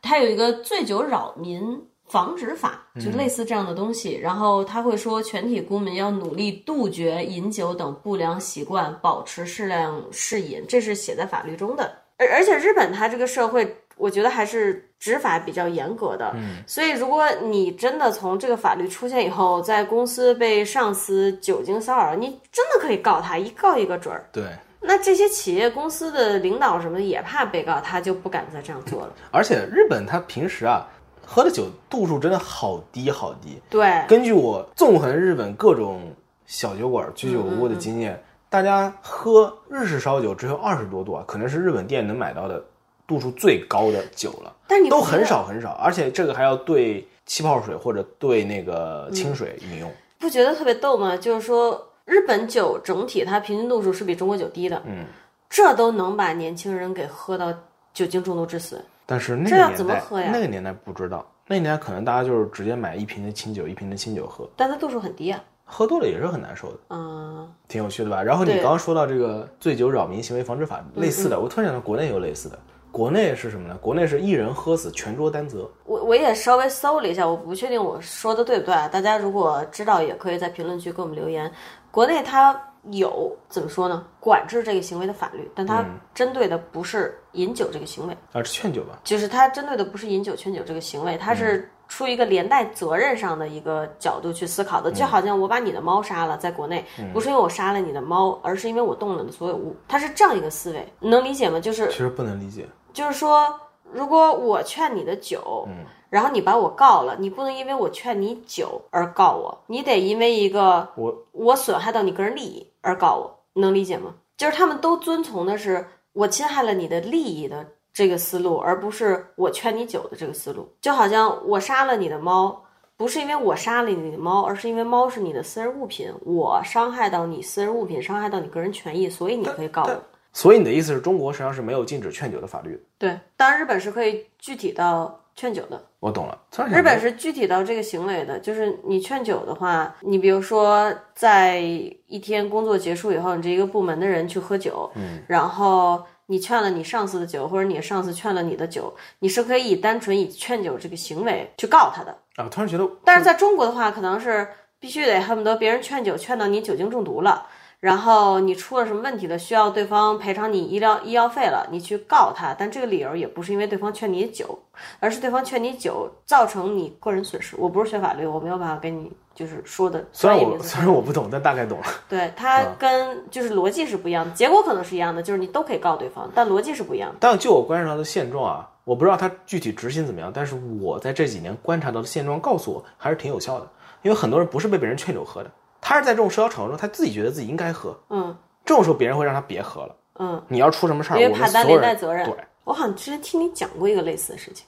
[SPEAKER 2] 它有一个醉酒扰民防止法，就类似这样的东西。然后他会说，全体公民要努力杜绝饮酒等不良习惯，保持适量适饮，这是写在法律中的。而而且日本它这个社会，我觉得还是执法比较严格的。所以，如果你真的从这个法律出现以后，在公司被上司酒精骚扰，你真的可以告他，一告一个准儿。
[SPEAKER 3] 对。
[SPEAKER 2] 那这些企业公司的领导什么的也怕被告，他就不敢再这样做了。
[SPEAKER 3] 而且日本它平时啊，喝的酒度数真的好低好低。
[SPEAKER 2] 对，
[SPEAKER 3] 根据我纵横日本各种小酒馆、居酒
[SPEAKER 2] 嗯
[SPEAKER 3] 屋的经验，大家喝日式烧酒只有二十多度啊，可能是日本店能买到的度数最高的酒了。
[SPEAKER 2] 但你不
[SPEAKER 3] 都
[SPEAKER 2] 觉得
[SPEAKER 3] 很少很少，而且这个还要兑气泡水或者兑那
[SPEAKER 2] 嗯
[SPEAKER 3] 个清水饮用。
[SPEAKER 2] 不觉得特别逗吗？就是说，日本酒整体它平均度数是比中国酒低的，
[SPEAKER 3] 嗯，
[SPEAKER 2] 这都能把年轻人给喝到酒精中毒致死。
[SPEAKER 3] 但是那个
[SPEAKER 2] 这
[SPEAKER 3] 年
[SPEAKER 2] 要
[SPEAKER 3] 代，
[SPEAKER 2] 怎么喝呀
[SPEAKER 3] 那个年代不知道，那个年代可能大家就是直接买一瓶的清酒，一瓶的清酒喝，
[SPEAKER 2] 但它度数很低啊。
[SPEAKER 3] 喝多了也是很难受的，
[SPEAKER 2] 嗯，
[SPEAKER 3] 挺有趣的吧？然后你
[SPEAKER 2] 对嗯
[SPEAKER 3] 刚刚说到这个醉酒扰民行为防治法类似的，我突然想到国内有类似的，国内是什么呢？国内是一人喝死全桌担责。
[SPEAKER 2] 我我也稍微搜了一下，我不确定我说的对不对啊。大家如果知道，也可以在评论区给我们留言。国内它有怎么说呢？管制这个行为的法律，但它
[SPEAKER 3] 嗯
[SPEAKER 2] 针对的不是饮酒这个行为，
[SPEAKER 3] 啊，是劝酒吧？
[SPEAKER 2] 就是它针对的不是饮酒劝酒这个行为，它是出于一个连带责任上的一个角度去思考的。就好像我把你的猫杀了，在国内不是因为我杀了你的猫，而是因为我动了你的所有物，它是这样一个思维，你能理解吗？就是
[SPEAKER 3] 其实不能理解，
[SPEAKER 2] 就是说，如果我劝你的酒，然后你把我告了，你不能因为我劝你酒而告我，你得因为一个
[SPEAKER 3] 我
[SPEAKER 2] 我损害到你个人利益而告我，能理解吗？就是他们都遵从的是我侵害了你的利益的这个思路，而不是我劝你酒的这个思路。就好像我杀了你的猫，不是因为我杀了你的猫，而是因为猫是你的私人物品，我伤害到你私人物品，伤害到你个人权益，所以你可以告我。
[SPEAKER 3] 所以你的意思是中国实际上是没有禁止劝酒的法律的？
[SPEAKER 2] 对，当然日本是可以具体到劝酒的，
[SPEAKER 3] 我懂了，突然
[SPEAKER 2] 日
[SPEAKER 3] 想到
[SPEAKER 2] 本是具体到这个行为的，就是你劝酒的话，你比如说在一天工作结束以后，你这一个部门的人去喝酒，嗯，然后你劝了你上司的酒，或者你上司劝了你的酒，你是可以以单纯以劝酒这个行为去告他的。
[SPEAKER 3] 啊，突然觉得
[SPEAKER 2] 但是在中国的话，可能是必须得恨不得别人劝酒劝到你酒精中毒了，然后你出了什么问题了，需要对方赔偿你医疗医药费了，你去告他，但这个理由也不是因为对方劝你酒，而是对方劝你酒造成你个人损失。我不是学法律，我没有办法跟你就是说的
[SPEAKER 3] 虽然
[SPEAKER 2] 专业名
[SPEAKER 3] 我
[SPEAKER 2] 词
[SPEAKER 3] 虽然我啊不懂，但大概懂了。 *laughs*
[SPEAKER 2] 对它跟就是逻辑是不一样的，结果可能是一样的，就是你都可以告对方，但逻辑是不一样的。
[SPEAKER 3] 但就我观察到的现状啊，我不知道它具体执行怎么样，但是我在这几年观察到的现状告诉我，还是挺有效的。因为很多人不是被别人劝酒喝的，他是在这种社交场合中，他自己觉得自己应该喝，
[SPEAKER 2] 嗯
[SPEAKER 3] 这种时候别人会让他别喝了。
[SPEAKER 2] 嗯，
[SPEAKER 3] 你要出什么事儿，
[SPEAKER 2] 因为
[SPEAKER 3] 我们
[SPEAKER 2] 怕担
[SPEAKER 3] 所有
[SPEAKER 2] 连带
[SPEAKER 3] 人
[SPEAKER 2] 责任。
[SPEAKER 3] 对，
[SPEAKER 2] 我好像之前听你讲过一个类似的事情，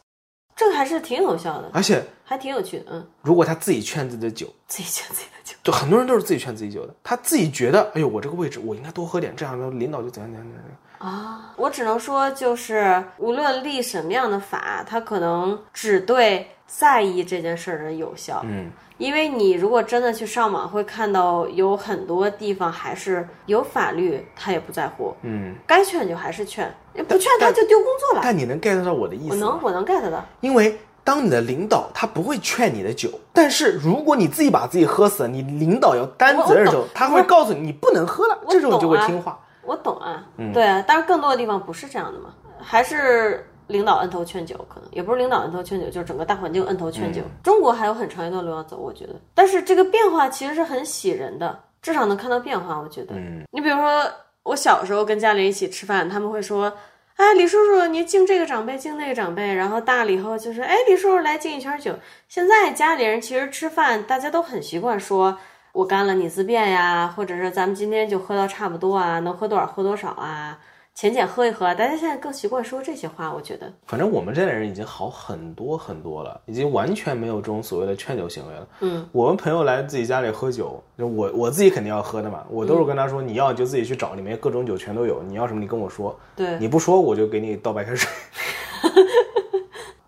[SPEAKER 2] 这个还是挺有效的，
[SPEAKER 3] 而且
[SPEAKER 2] 还挺有趣的。嗯，
[SPEAKER 3] 如果他自己劝自己的酒，
[SPEAKER 2] 自己劝自己的酒。
[SPEAKER 3] 就很多人都是自己劝自己酒的，他自己觉得，哎呦，我这个位置我应该多喝点，这样的领导就怎样怎样怎样怎样。
[SPEAKER 2] *laughs* 啊，我只能说，就是无论立什么样的法，它可能只对在意这件事儿的人有效。
[SPEAKER 3] 嗯，
[SPEAKER 2] 因为你如果真的去上网，会看到有很多地方还是有法律，他也不在乎。
[SPEAKER 3] 嗯，
[SPEAKER 2] 该劝就还是劝，不劝他
[SPEAKER 3] 但
[SPEAKER 2] 就丢工作了。
[SPEAKER 3] 但你能 get 到我的意
[SPEAKER 2] 我
[SPEAKER 3] 思吗？
[SPEAKER 2] 能，我能 get 到。
[SPEAKER 3] 因为当你的领导他不会劝你的酒，但是如果你自己把自己喝死了，你领导要担责任的时候
[SPEAKER 2] 我我懂，
[SPEAKER 3] 他会告诉你你不能喝了，
[SPEAKER 2] 我
[SPEAKER 3] 这时候你就会
[SPEAKER 2] 懂啊
[SPEAKER 3] 听话。
[SPEAKER 2] 我懂啊，对啊，但是更多的地方不是这样的嘛，还是领导摁头劝酒，可能也不是领导摁头劝酒，就是整个大环境摁头劝酒。中国还有很长一段路要走，我觉得，但是这个变化其实是很喜人的，至少能看到变化。我觉得，
[SPEAKER 3] 嗯
[SPEAKER 2] 你比如说我小时候跟家里人一起吃饭，他们会说。哎，李叔叔，你敬这个长辈，敬那个长辈，然后大了以后就是，哎，李叔叔来敬一圈酒。现在家里人其实吃饭，大家都很习惯说，我干了你自便呀，或者是咱们今天就喝到差不多啊，能喝多少喝多少啊，浅浅喝一喝啊。大家现在更习惯说这些话，我觉得
[SPEAKER 3] 反正我们这代人已经好很多很多了，已经完全没有这种所谓的劝酒行为了。
[SPEAKER 2] 嗯，
[SPEAKER 3] 我们朋友来自己家里喝酒，就我我自己肯定要喝的嘛，我都是跟他说，你要就自己去找，里面各种酒全都有，你要什么你跟我说，
[SPEAKER 2] 对，
[SPEAKER 3] 你不说我就给你倒白开水。 *laughs*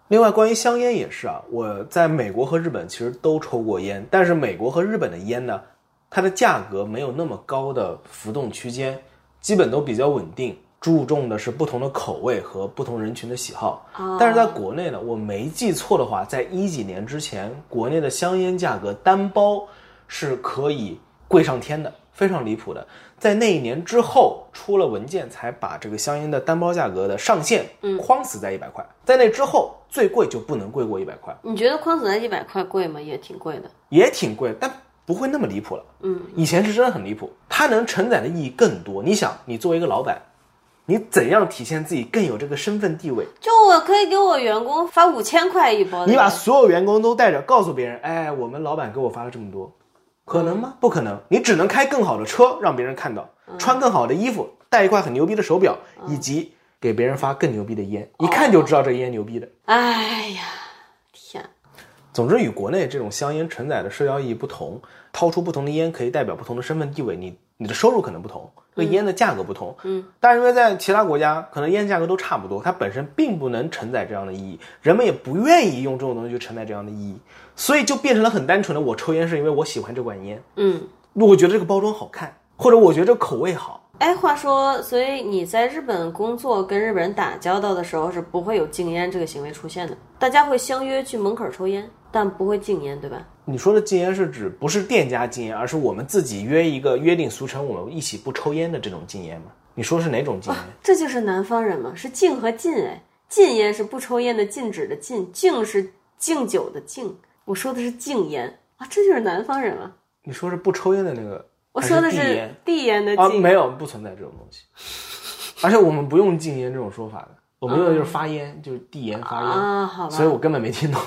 [SPEAKER 3] 另外，关于香烟也是啊，我在美国和日本其实都抽过烟，但是美国和日本的烟呢，它的价格没有那么高的浮动区间，基本都比较稳定，注重的是不同的口味和不同人群的喜好。
[SPEAKER 2] 哦
[SPEAKER 3] 但是在国内呢，我没记错的话，在一几年之前，国内的香烟价格单包是可以贵上天的，非常离谱的。在那一年之后，出了文件才把这个香烟的单包价格的上限框死在一百块，在那之后最贵就不能贵过一百块，
[SPEAKER 2] 你觉得匡子来一百块贵吗？也挺贵的，
[SPEAKER 3] 也挺贵，但不会那么离谱了。
[SPEAKER 2] 嗯，
[SPEAKER 3] 以前是真的很离谱，它能承载的意义更多。你想，你作为一个老板，你怎样体现自己更有这个身份地位？
[SPEAKER 2] 就我可以给我员工发五千块一包的，
[SPEAKER 3] 你把所有员工都带着，告诉别人，哎，我们老板给我发了这么多，可能吗？不可能，你只能开更好的车让别人看到，穿更好的衣服，戴一块很牛逼的手表，以及给别人发更牛逼的烟，一看就知道这烟牛逼的。
[SPEAKER 2] 哎呀，天，
[SPEAKER 3] 总之，与国内这种香烟承载的社交意义不同，掏出不同的烟可以代表不同的身份地位，你你的收入可能不同，这个烟的价格不同。嗯，但是因为在其他国家，可能烟价格都差不多，它本身并不能承载这样的意义，人们也不愿意用这种东西去承载这样的意义，所以就变成了很单纯的我抽烟是因为我喜欢这款烟，
[SPEAKER 2] 嗯
[SPEAKER 3] 我觉得这个包装好看，或者我觉得这个口味好，
[SPEAKER 2] 哎，话说，所以你在日本工作跟日本人打交道的时候是不会有禁烟这个行为出现的，大家会相约去门口抽烟，但不会禁烟，对吧？
[SPEAKER 3] 你说的禁烟是指不是店家禁烟，而是我们自己约一个约定俗成，我们一起不抽烟的这种禁烟吗？你说是哪种禁烟？
[SPEAKER 2] 这就是南方人嘛，是禁和禁哎，禁烟是不抽烟的禁止的禁，敬是敬酒的敬，我说的是禁烟啊，这就是南方人了。
[SPEAKER 3] 你说是不抽烟的那个？
[SPEAKER 2] 我说的
[SPEAKER 3] 还是递
[SPEAKER 2] 是
[SPEAKER 3] 烟
[SPEAKER 2] 递烟的
[SPEAKER 3] 啊，
[SPEAKER 2] 禁，
[SPEAKER 3] 没有，不存在这种东西。而且我们不用禁烟这种说法的，我们用的就是发烟，就是递烟发烟，
[SPEAKER 2] 嗯啊，好吧，
[SPEAKER 3] 所以我根本没听懂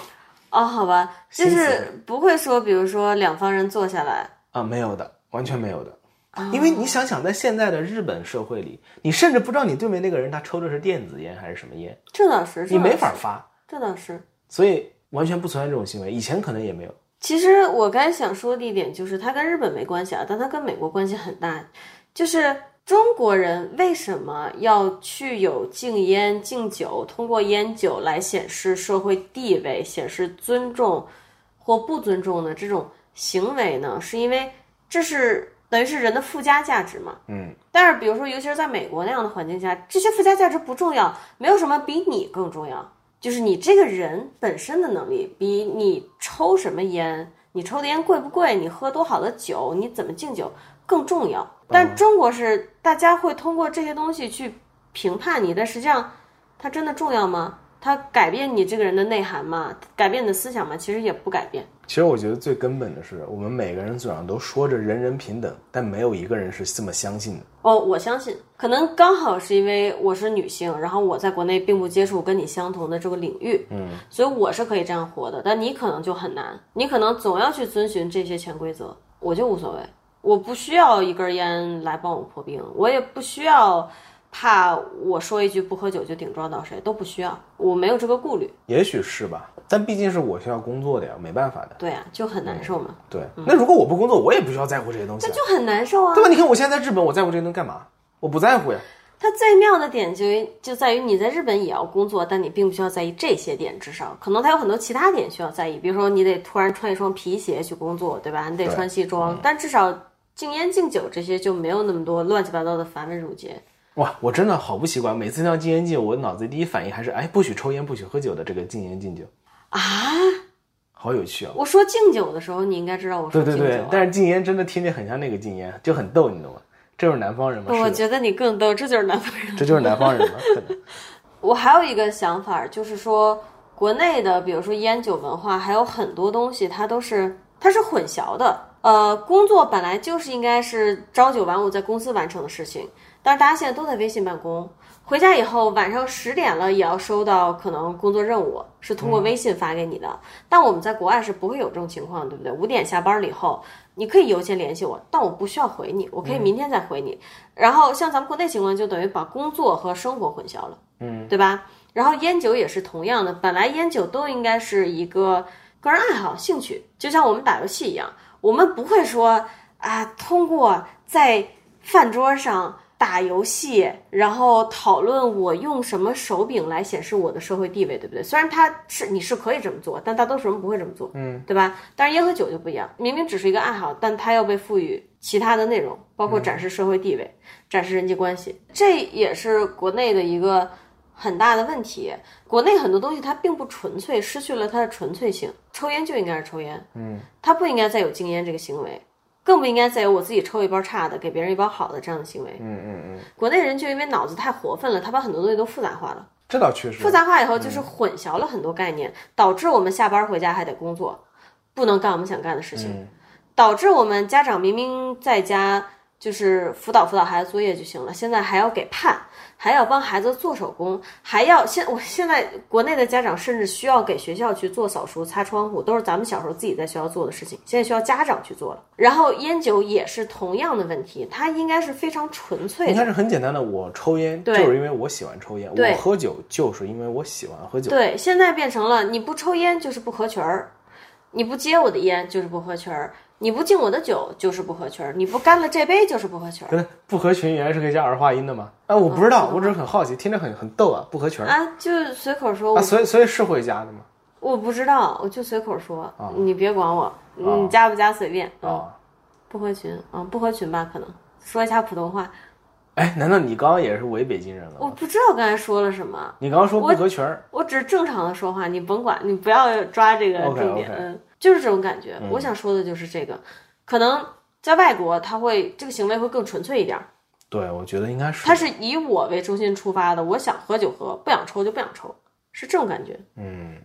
[SPEAKER 2] 哦，好吧，就
[SPEAKER 3] 新
[SPEAKER 2] 是
[SPEAKER 3] 词
[SPEAKER 2] 不会说，比如说两方人坐下来，
[SPEAKER 3] 啊，没有的，完全没有的。
[SPEAKER 2] 啊
[SPEAKER 3] 因为你想想，在现在的日本社会里，你甚至不知道你对面那个人他抽的是电子烟还是什么烟，
[SPEAKER 2] 这倒是，这
[SPEAKER 3] 你没
[SPEAKER 2] 倒
[SPEAKER 3] 法
[SPEAKER 2] 是，
[SPEAKER 3] 发，
[SPEAKER 2] 这倒是。
[SPEAKER 3] 所以完全不存在这种行为。以前可能也没有。
[SPEAKER 2] 其实我刚才想说的一点就是，它跟日本没关系啊，但它跟美国关系很大。就是中国人为什么要去有禁烟、禁酒，通过烟酒来显示社会地位、显示尊重或不尊重的这种行为呢？是因为这是等于是人的附加价值嘛？
[SPEAKER 3] 嗯。
[SPEAKER 2] 但是比如说，尤其是在美国那样的环境下，这些附加价值不重要，没有什么比你更重要。就是你这个人本身的能力，比你抽什么烟、你抽的烟贵不贵、你喝多好的酒、你怎么敬酒更重要。但中国是大家会通过这些东西去评判你，但实际上它真的重要吗？它改变你这个人的内涵吗？改变你的思想吗？其实也不改变。
[SPEAKER 3] 其实我觉得最根本的是，我们每个人嘴上都说着人人平等，但没有一个人是这么相信的。
[SPEAKER 2] 哦，我相信，可能刚好是因为我是女性，然后我在国内并不接触跟你相同的这个领域，嗯，所以我是可以这样活的，但你可能就很难，你可能总要去遵循这些潜规则，我就无所谓，我不需要一根烟来帮我破冰，我也不需要怕我说一句不喝酒就顶撞到谁，都不需要，我没有这个顾虑，
[SPEAKER 3] 也许是吧，但毕竟是我需要工作的呀，没办法的。
[SPEAKER 2] 对啊，就很难受嘛，
[SPEAKER 3] 对，那如果我不工作，我也不需要在乎这些东西啊，
[SPEAKER 2] 嗯就很难受啊
[SPEAKER 3] 对。吧？你看我现在在日本，我在乎这些东西干嘛？我不在乎呀。
[SPEAKER 2] 它最妙的点就就在于你在日本也要工作，但你并不需要在意这些点之上，可能它有很多其他点需要在意，比如说你得突然穿一双皮鞋去工作，对吧？你得
[SPEAKER 3] 对嗯
[SPEAKER 2] 穿西装，但至少禁烟禁酒这些就没有那么多乱七八糟的繁文缛节。
[SPEAKER 3] 哇，我真的好不习惯，每次听到禁烟禁酒，我脑子第一反应还是哎，不许抽烟，不许喝酒的这个禁烟禁酒
[SPEAKER 2] 啊！
[SPEAKER 3] 好有趣哦。
[SPEAKER 2] 我说敬酒的时候，你应该知道我说
[SPEAKER 3] 对
[SPEAKER 2] 敬
[SPEAKER 3] 对
[SPEAKER 2] 酒、啊。
[SPEAKER 3] 对，但是禁烟真的听着很像那个禁烟，就很逗，你懂吗？这就是南方人吗？
[SPEAKER 2] 我
[SPEAKER 3] 是的，
[SPEAKER 2] 觉得你更逗，这就是南方人。
[SPEAKER 3] 这就是南方
[SPEAKER 2] *laughs*
[SPEAKER 3] 人吗？可能
[SPEAKER 2] 我还有一个想法儿，就是说，国内的比如说烟酒文化，还有很多东西，它都是它是混淆的。呃，工作本来就是应该是朝九晚五在公司完成的事情，但是大家现在都在微信办公，回家以后晚上十点了也要收到可能工作任务是通过微信发给你的，但我们在国外是不会有这种情况，对不对？五点下班了以后，你可以邮件联系我，但我不需要回你，我可以明天再回你。然后像咱们国内情况，就等于把工作和生活混淆了。对吧？然后烟酒也是同样的，本来烟酒都应该是一个个人爱好、兴趣，就像我们打游戏一样，我们不会说啊，通过在饭桌上打游戏，然后讨论我用什么手柄来显示我的社会地位，对不对？虽然它是你是可以这么做，但大多数人不会这么做，嗯，对吧？但是烟和酒就不一样，明明只是一个爱好，但它要被赋予其他的内容，包括展示社会地位、展示人际关系，这也是国内的一个。很大的问题。国内很多东西它并不纯粹，失去了它的纯粹性。抽烟就应该是抽烟，嗯，它不应该再有禁烟这个行为，更不应该再有我自己抽一包差的给别人一包好的这样的行为。嗯嗯嗯。国内人就因为脑子太活分了，他把很多东西都复杂化了，
[SPEAKER 3] 这倒确实嗯
[SPEAKER 2] 复。杂化以后就是混淆了很多概念，导致我们下班回家还得工作，不能干我们想干的事
[SPEAKER 3] 嗯
[SPEAKER 2] 情，导致我们家长明明在家。就是辅导辅导孩子作业就行了，现在还要给判，还要帮孩子做手工，还要现 *laughs* 我现在国内的家长甚至需要给学校去做扫除、擦窗户，都是咱们小时候自己在学校做的事情，现在需要家长去做了。然后烟酒也是同样的问题，它应该是非常纯粹
[SPEAKER 3] 应该
[SPEAKER 2] 的，
[SPEAKER 3] 是很简单的，我抽烟就
[SPEAKER 2] 对
[SPEAKER 3] 是因为我喜欢抽烟，
[SPEAKER 2] 对
[SPEAKER 3] 我喝酒就是因为我喜欢喝酒。
[SPEAKER 2] 对，现在变成了你不抽烟就是不合群儿，你不接我的烟就是不合群儿，你不敬我的酒就是不合群儿，你不干了这杯就是不合群儿。
[SPEAKER 3] 真的不合群原来是可以加儿化音的吗？啊，我不知
[SPEAKER 2] 嗯
[SPEAKER 3] 道，我只是很好奇，听着很很逗啊，不合群儿
[SPEAKER 2] 啊，就随口说，我
[SPEAKER 3] 啊，所以所以是会加的吗？
[SPEAKER 2] 我不知道，我就随口说，你别管我，你加不加随便。嗯
[SPEAKER 3] 啊，
[SPEAKER 2] 不合群，嗯，不合群吧，可能说一下普通话，
[SPEAKER 3] 哎，难道你刚刚也是伪北京人了
[SPEAKER 2] 我
[SPEAKER 3] 吗？
[SPEAKER 2] 不知道刚才说了什么，
[SPEAKER 3] 你刚刚说
[SPEAKER 2] 我
[SPEAKER 3] 不合群儿，
[SPEAKER 2] 我只是正常的说话，你甭管，你不要抓这个
[SPEAKER 3] OK，
[SPEAKER 2] 重点
[SPEAKER 3] OK
[SPEAKER 2] 嗯，就是这种感觉。
[SPEAKER 3] 嗯
[SPEAKER 2] 我想说的就是这个，可能在外国他会这个行为会更纯粹一点儿，
[SPEAKER 3] 对，我觉得应该是。
[SPEAKER 2] 他是以我为中心出发的，我想喝就喝，不想抽就不想抽，是这种感觉。
[SPEAKER 3] 嗯，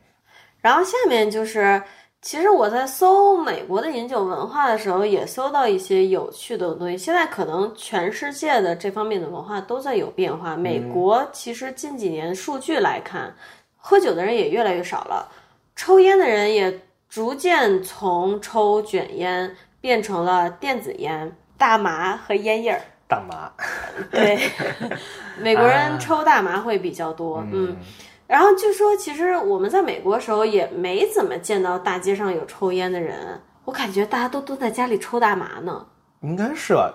[SPEAKER 2] 然后下面就是，其实我在搜美国的饮酒文化的时候，也搜到一些有趣的东西。现在可能全世界的这方面的文化都在有变化。美国其实近几年数据来看，喝酒的人也越来越少了，抽烟的人也逐渐从抽卷烟变成了电子烟、大麻和烟叶儿。
[SPEAKER 3] 大麻，
[SPEAKER 2] *laughs* 对，
[SPEAKER 3] *laughs*
[SPEAKER 2] 美国
[SPEAKER 3] 啊
[SPEAKER 2] 人抽大麻会比较多，嗯。然后据说，其实我们在美国时候也没怎么见到大街上有抽烟的人，我感觉大家都蹲在家里抽大麻呢。
[SPEAKER 3] 应该是吧。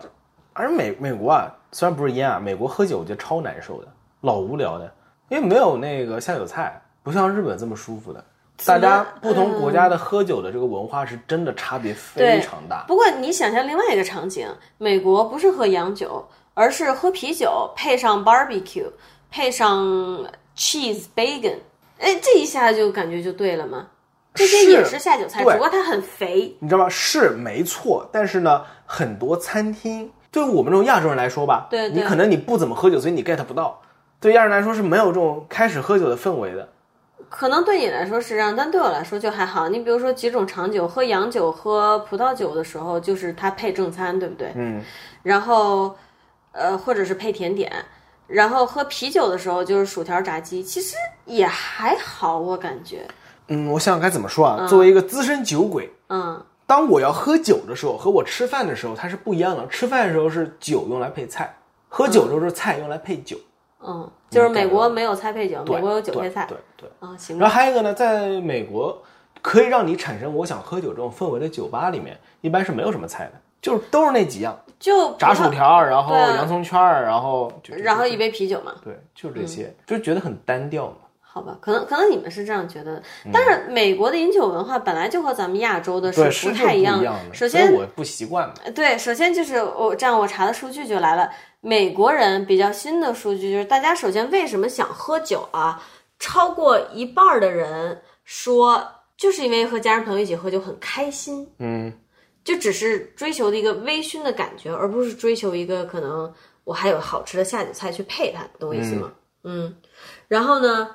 [SPEAKER 3] 而美美国啊，虽然不是烟啊，美国喝酒我觉得超难受的，老无聊的，因为没有那个下酒菜，不像日本这么舒服的。大
[SPEAKER 2] 么嗯
[SPEAKER 3] 家不同国家的喝酒的这个文化是真的差别非
[SPEAKER 2] 对
[SPEAKER 3] 常大。
[SPEAKER 2] 不过你想象另外一个场景，美国不是喝洋酒，而是喝啤酒配上 barbecue，配上 cheese bacon，哎，这一下就感觉就对了嘛。这些也
[SPEAKER 3] 是
[SPEAKER 2] 是下酒菜，
[SPEAKER 3] 对
[SPEAKER 2] 只不过它很肥，
[SPEAKER 3] 你知道吗？是没错，但是呢，很多餐厅对我们这种亚洲人来说吧，
[SPEAKER 2] 对
[SPEAKER 3] 你
[SPEAKER 2] 对
[SPEAKER 3] 可能你不怎么喝酒，所以你 get 不到。对亚洲人来说是没有这种开始喝酒的氛围的。
[SPEAKER 2] 可能对你来说是这样，但对我来说就还好。你比如说几种长酒，喝洋酒、喝葡萄酒的时候，就是它配正餐，对不对？
[SPEAKER 3] 嗯，
[SPEAKER 2] 然后，呃，或者是配甜点。然后喝啤酒的时候就是薯条、炸鸡，其实也还好，我感觉。
[SPEAKER 3] 嗯，我想想该怎么说啊？作为一个资深酒鬼，
[SPEAKER 2] 嗯，
[SPEAKER 3] 当我要喝酒的时候和我吃饭的时候它是不一样的。吃饭的时候是酒用来配菜，喝酒的时候是菜用来配酒。
[SPEAKER 2] 嗯，就是
[SPEAKER 3] 嗯对
[SPEAKER 2] 美国没有菜配酒，
[SPEAKER 3] 对，
[SPEAKER 2] 美国嗯有酒配菜。
[SPEAKER 3] 对对。对
[SPEAKER 2] 啊、行
[SPEAKER 3] 然
[SPEAKER 2] 吧。
[SPEAKER 3] 后还有一个呢，在美国可以让你产生我想喝酒这种氛围的酒吧里面，一般是没有什么菜的，就是都是那几样。
[SPEAKER 2] 就
[SPEAKER 3] 炸薯，条，然后
[SPEAKER 2] 对啊
[SPEAKER 3] 洋葱圈儿，然后就就
[SPEAKER 2] 然后一嗯杯啤酒嘛。
[SPEAKER 3] 对，就是这些，就觉得很单调嘛。
[SPEAKER 2] 好吧，可能可能你们是这样觉得的，但是美国的饮酒文化本来就和咱们亚洲
[SPEAKER 3] 嗯
[SPEAKER 2] 的
[SPEAKER 3] 对，
[SPEAKER 2] 是
[SPEAKER 3] 是
[SPEAKER 2] 不
[SPEAKER 3] 就是
[SPEAKER 2] 太
[SPEAKER 3] 不
[SPEAKER 2] 一样
[SPEAKER 3] 一
[SPEAKER 2] 的。
[SPEAKER 3] 样的。
[SPEAKER 2] 首
[SPEAKER 3] 所以
[SPEAKER 2] 先，
[SPEAKER 3] 我不习惯嘛。
[SPEAKER 2] 对，首先就是我这样，我查的数据就来了。美国人比较新的数据就是，大家首先为什么想喝酒啊？超过一半儿的人说，就是因为和家人朋友一起喝酒很开心，
[SPEAKER 3] 嗯，
[SPEAKER 2] 就只是追求的一个微醺的感觉，而不是追求一个可能我还有好吃的下酒菜去配它，懂我意思吗？嗯然后呢，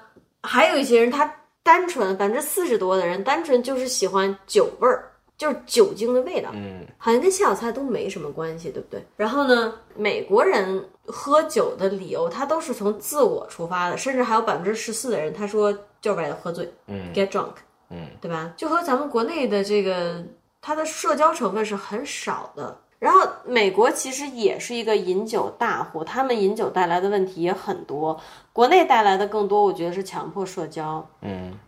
[SPEAKER 2] 还有一些人他单纯百分之四十多的人单纯就是喜欢酒味儿，就是酒精的味道，
[SPEAKER 3] 嗯，
[SPEAKER 2] 好像跟下酒菜都没什么关系，对不对？然后呢，美国人喝酒的理由，他都是从自我出发的，甚至还有百分之十四的人他说就是为了喝醉，
[SPEAKER 3] 嗯
[SPEAKER 2] ，get drunk，
[SPEAKER 3] 嗯，
[SPEAKER 2] 对吧？就和咱们国内的这个，它的社交成分是很少的。然后美国其实也是一个饮酒大户，他们饮酒带来的问题也很多，国内带来的更多，我觉得是强迫社交，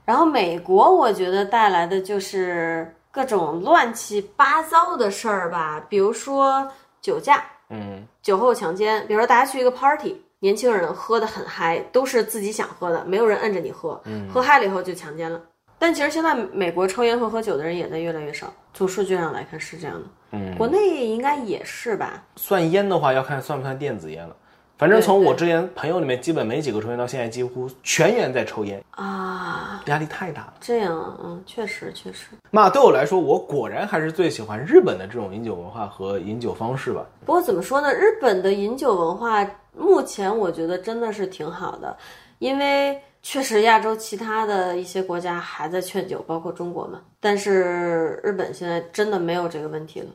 [SPEAKER 2] 然后美国，我觉得带来的就是各种乱七八糟的事儿吧，比如说酒驾、
[SPEAKER 3] 嗯
[SPEAKER 2] 酒后强奸，比如说大家去一个 party，年轻人喝得很嗨，都是自己想喝的，没有人摁着你喝，
[SPEAKER 3] 嗯
[SPEAKER 2] 喝嗨了以后就强奸了。但其实现在美国抽烟和喝酒的人也在越来越少，从数据上来看是这样的，
[SPEAKER 3] 嗯，
[SPEAKER 2] 国内应该也是吧？
[SPEAKER 3] 算烟的话，要看算不算电子烟了。反正
[SPEAKER 2] 对
[SPEAKER 3] 从我
[SPEAKER 2] 对
[SPEAKER 3] 之前朋友里面，基本没几个抽烟，到现在几乎全员在抽烟，
[SPEAKER 2] 啊，
[SPEAKER 3] 压力太大了。
[SPEAKER 2] 这样啊，嗯，确实确实。
[SPEAKER 3] 那对我来说，我果然还是最喜欢日本的这种饮酒文化和饮酒方式吧。
[SPEAKER 2] 不过怎么说呢，日本的饮酒文化目前我觉得真的是挺好的，因为确实亚洲其他的一些国家还在劝酒，包括中国嘛。但是日本现在真的没有这个问题了。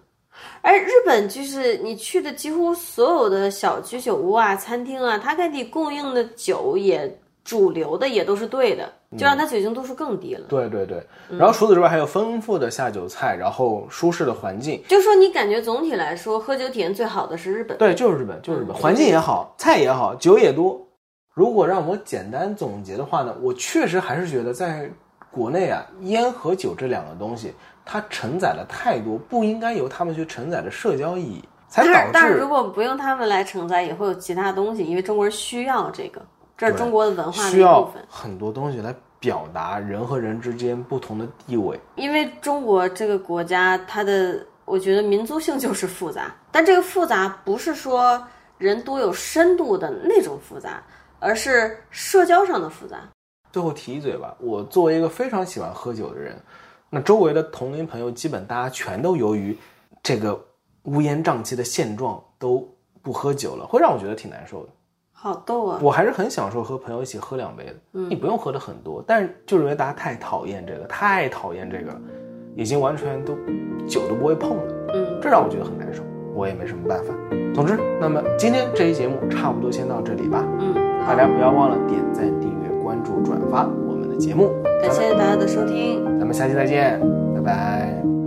[SPEAKER 2] 而日本就是你去的几乎所有的小居酒屋啊、餐厅啊，它给你供应的酒也主流的也都是对的，就让它酒精度数更低了。
[SPEAKER 3] 对对对，
[SPEAKER 2] 嗯
[SPEAKER 3] 然后除此之外还有丰富的下酒菜，然后舒适的环境，
[SPEAKER 2] 就说你感觉总体来说，喝酒体验最好的是日本。
[SPEAKER 3] 对，就是日本，就是日本，
[SPEAKER 2] 嗯
[SPEAKER 3] 环境也好，菜也好，酒也多。如果让我简单总结的话呢，我确实还是觉得在国内啊，烟和酒这两个东西，它承载了太多不应该由他们去承载的社交意义，才
[SPEAKER 2] 但是，
[SPEAKER 3] 导
[SPEAKER 2] 但是
[SPEAKER 3] 致
[SPEAKER 2] 如果不用他们来承载，也会有其他东西，因为中国人需要这个，这是
[SPEAKER 3] 对
[SPEAKER 2] 中国的文化的
[SPEAKER 3] 需
[SPEAKER 2] 一
[SPEAKER 3] 要
[SPEAKER 2] 部分。
[SPEAKER 3] 很多东西来表达人和人之间不同的地位。
[SPEAKER 2] 因为中国这个国家，它的我觉得民族性就是复杂，但这个复杂不是说人多有深度的那种复杂，而是社交上的复杂。
[SPEAKER 3] 最后提一嘴吧，我作为一个非常喜欢喝酒的人，那周围的同龄朋友基本大家全都由于这个乌烟瘴气的现状都不喝酒了，会让我觉得挺难受的。
[SPEAKER 2] 好逗啊！
[SPEAKER 3] 我还是很享受和朋友一起喝两杯的，你不用喝的很多，但是就是因为大家太讨厌这个，太讨厌这个，已经完全都酒都不会碰了。
[SPEAKER 2] 嗯，
[SPEAKER 3] 这让我觉得很难受，我也没什么办法。总之，那么今天这期节目差不多先到这里吧，
[SPEAKER 2] 嗯，好
[SPEAKER 3] 大，家不要忘了点赞、订阅、关注、转发我们的节目，
[SPEAKER 2] 感谢大家的收听。
[SPEAKER 3] 咱们下期再见，拜拜。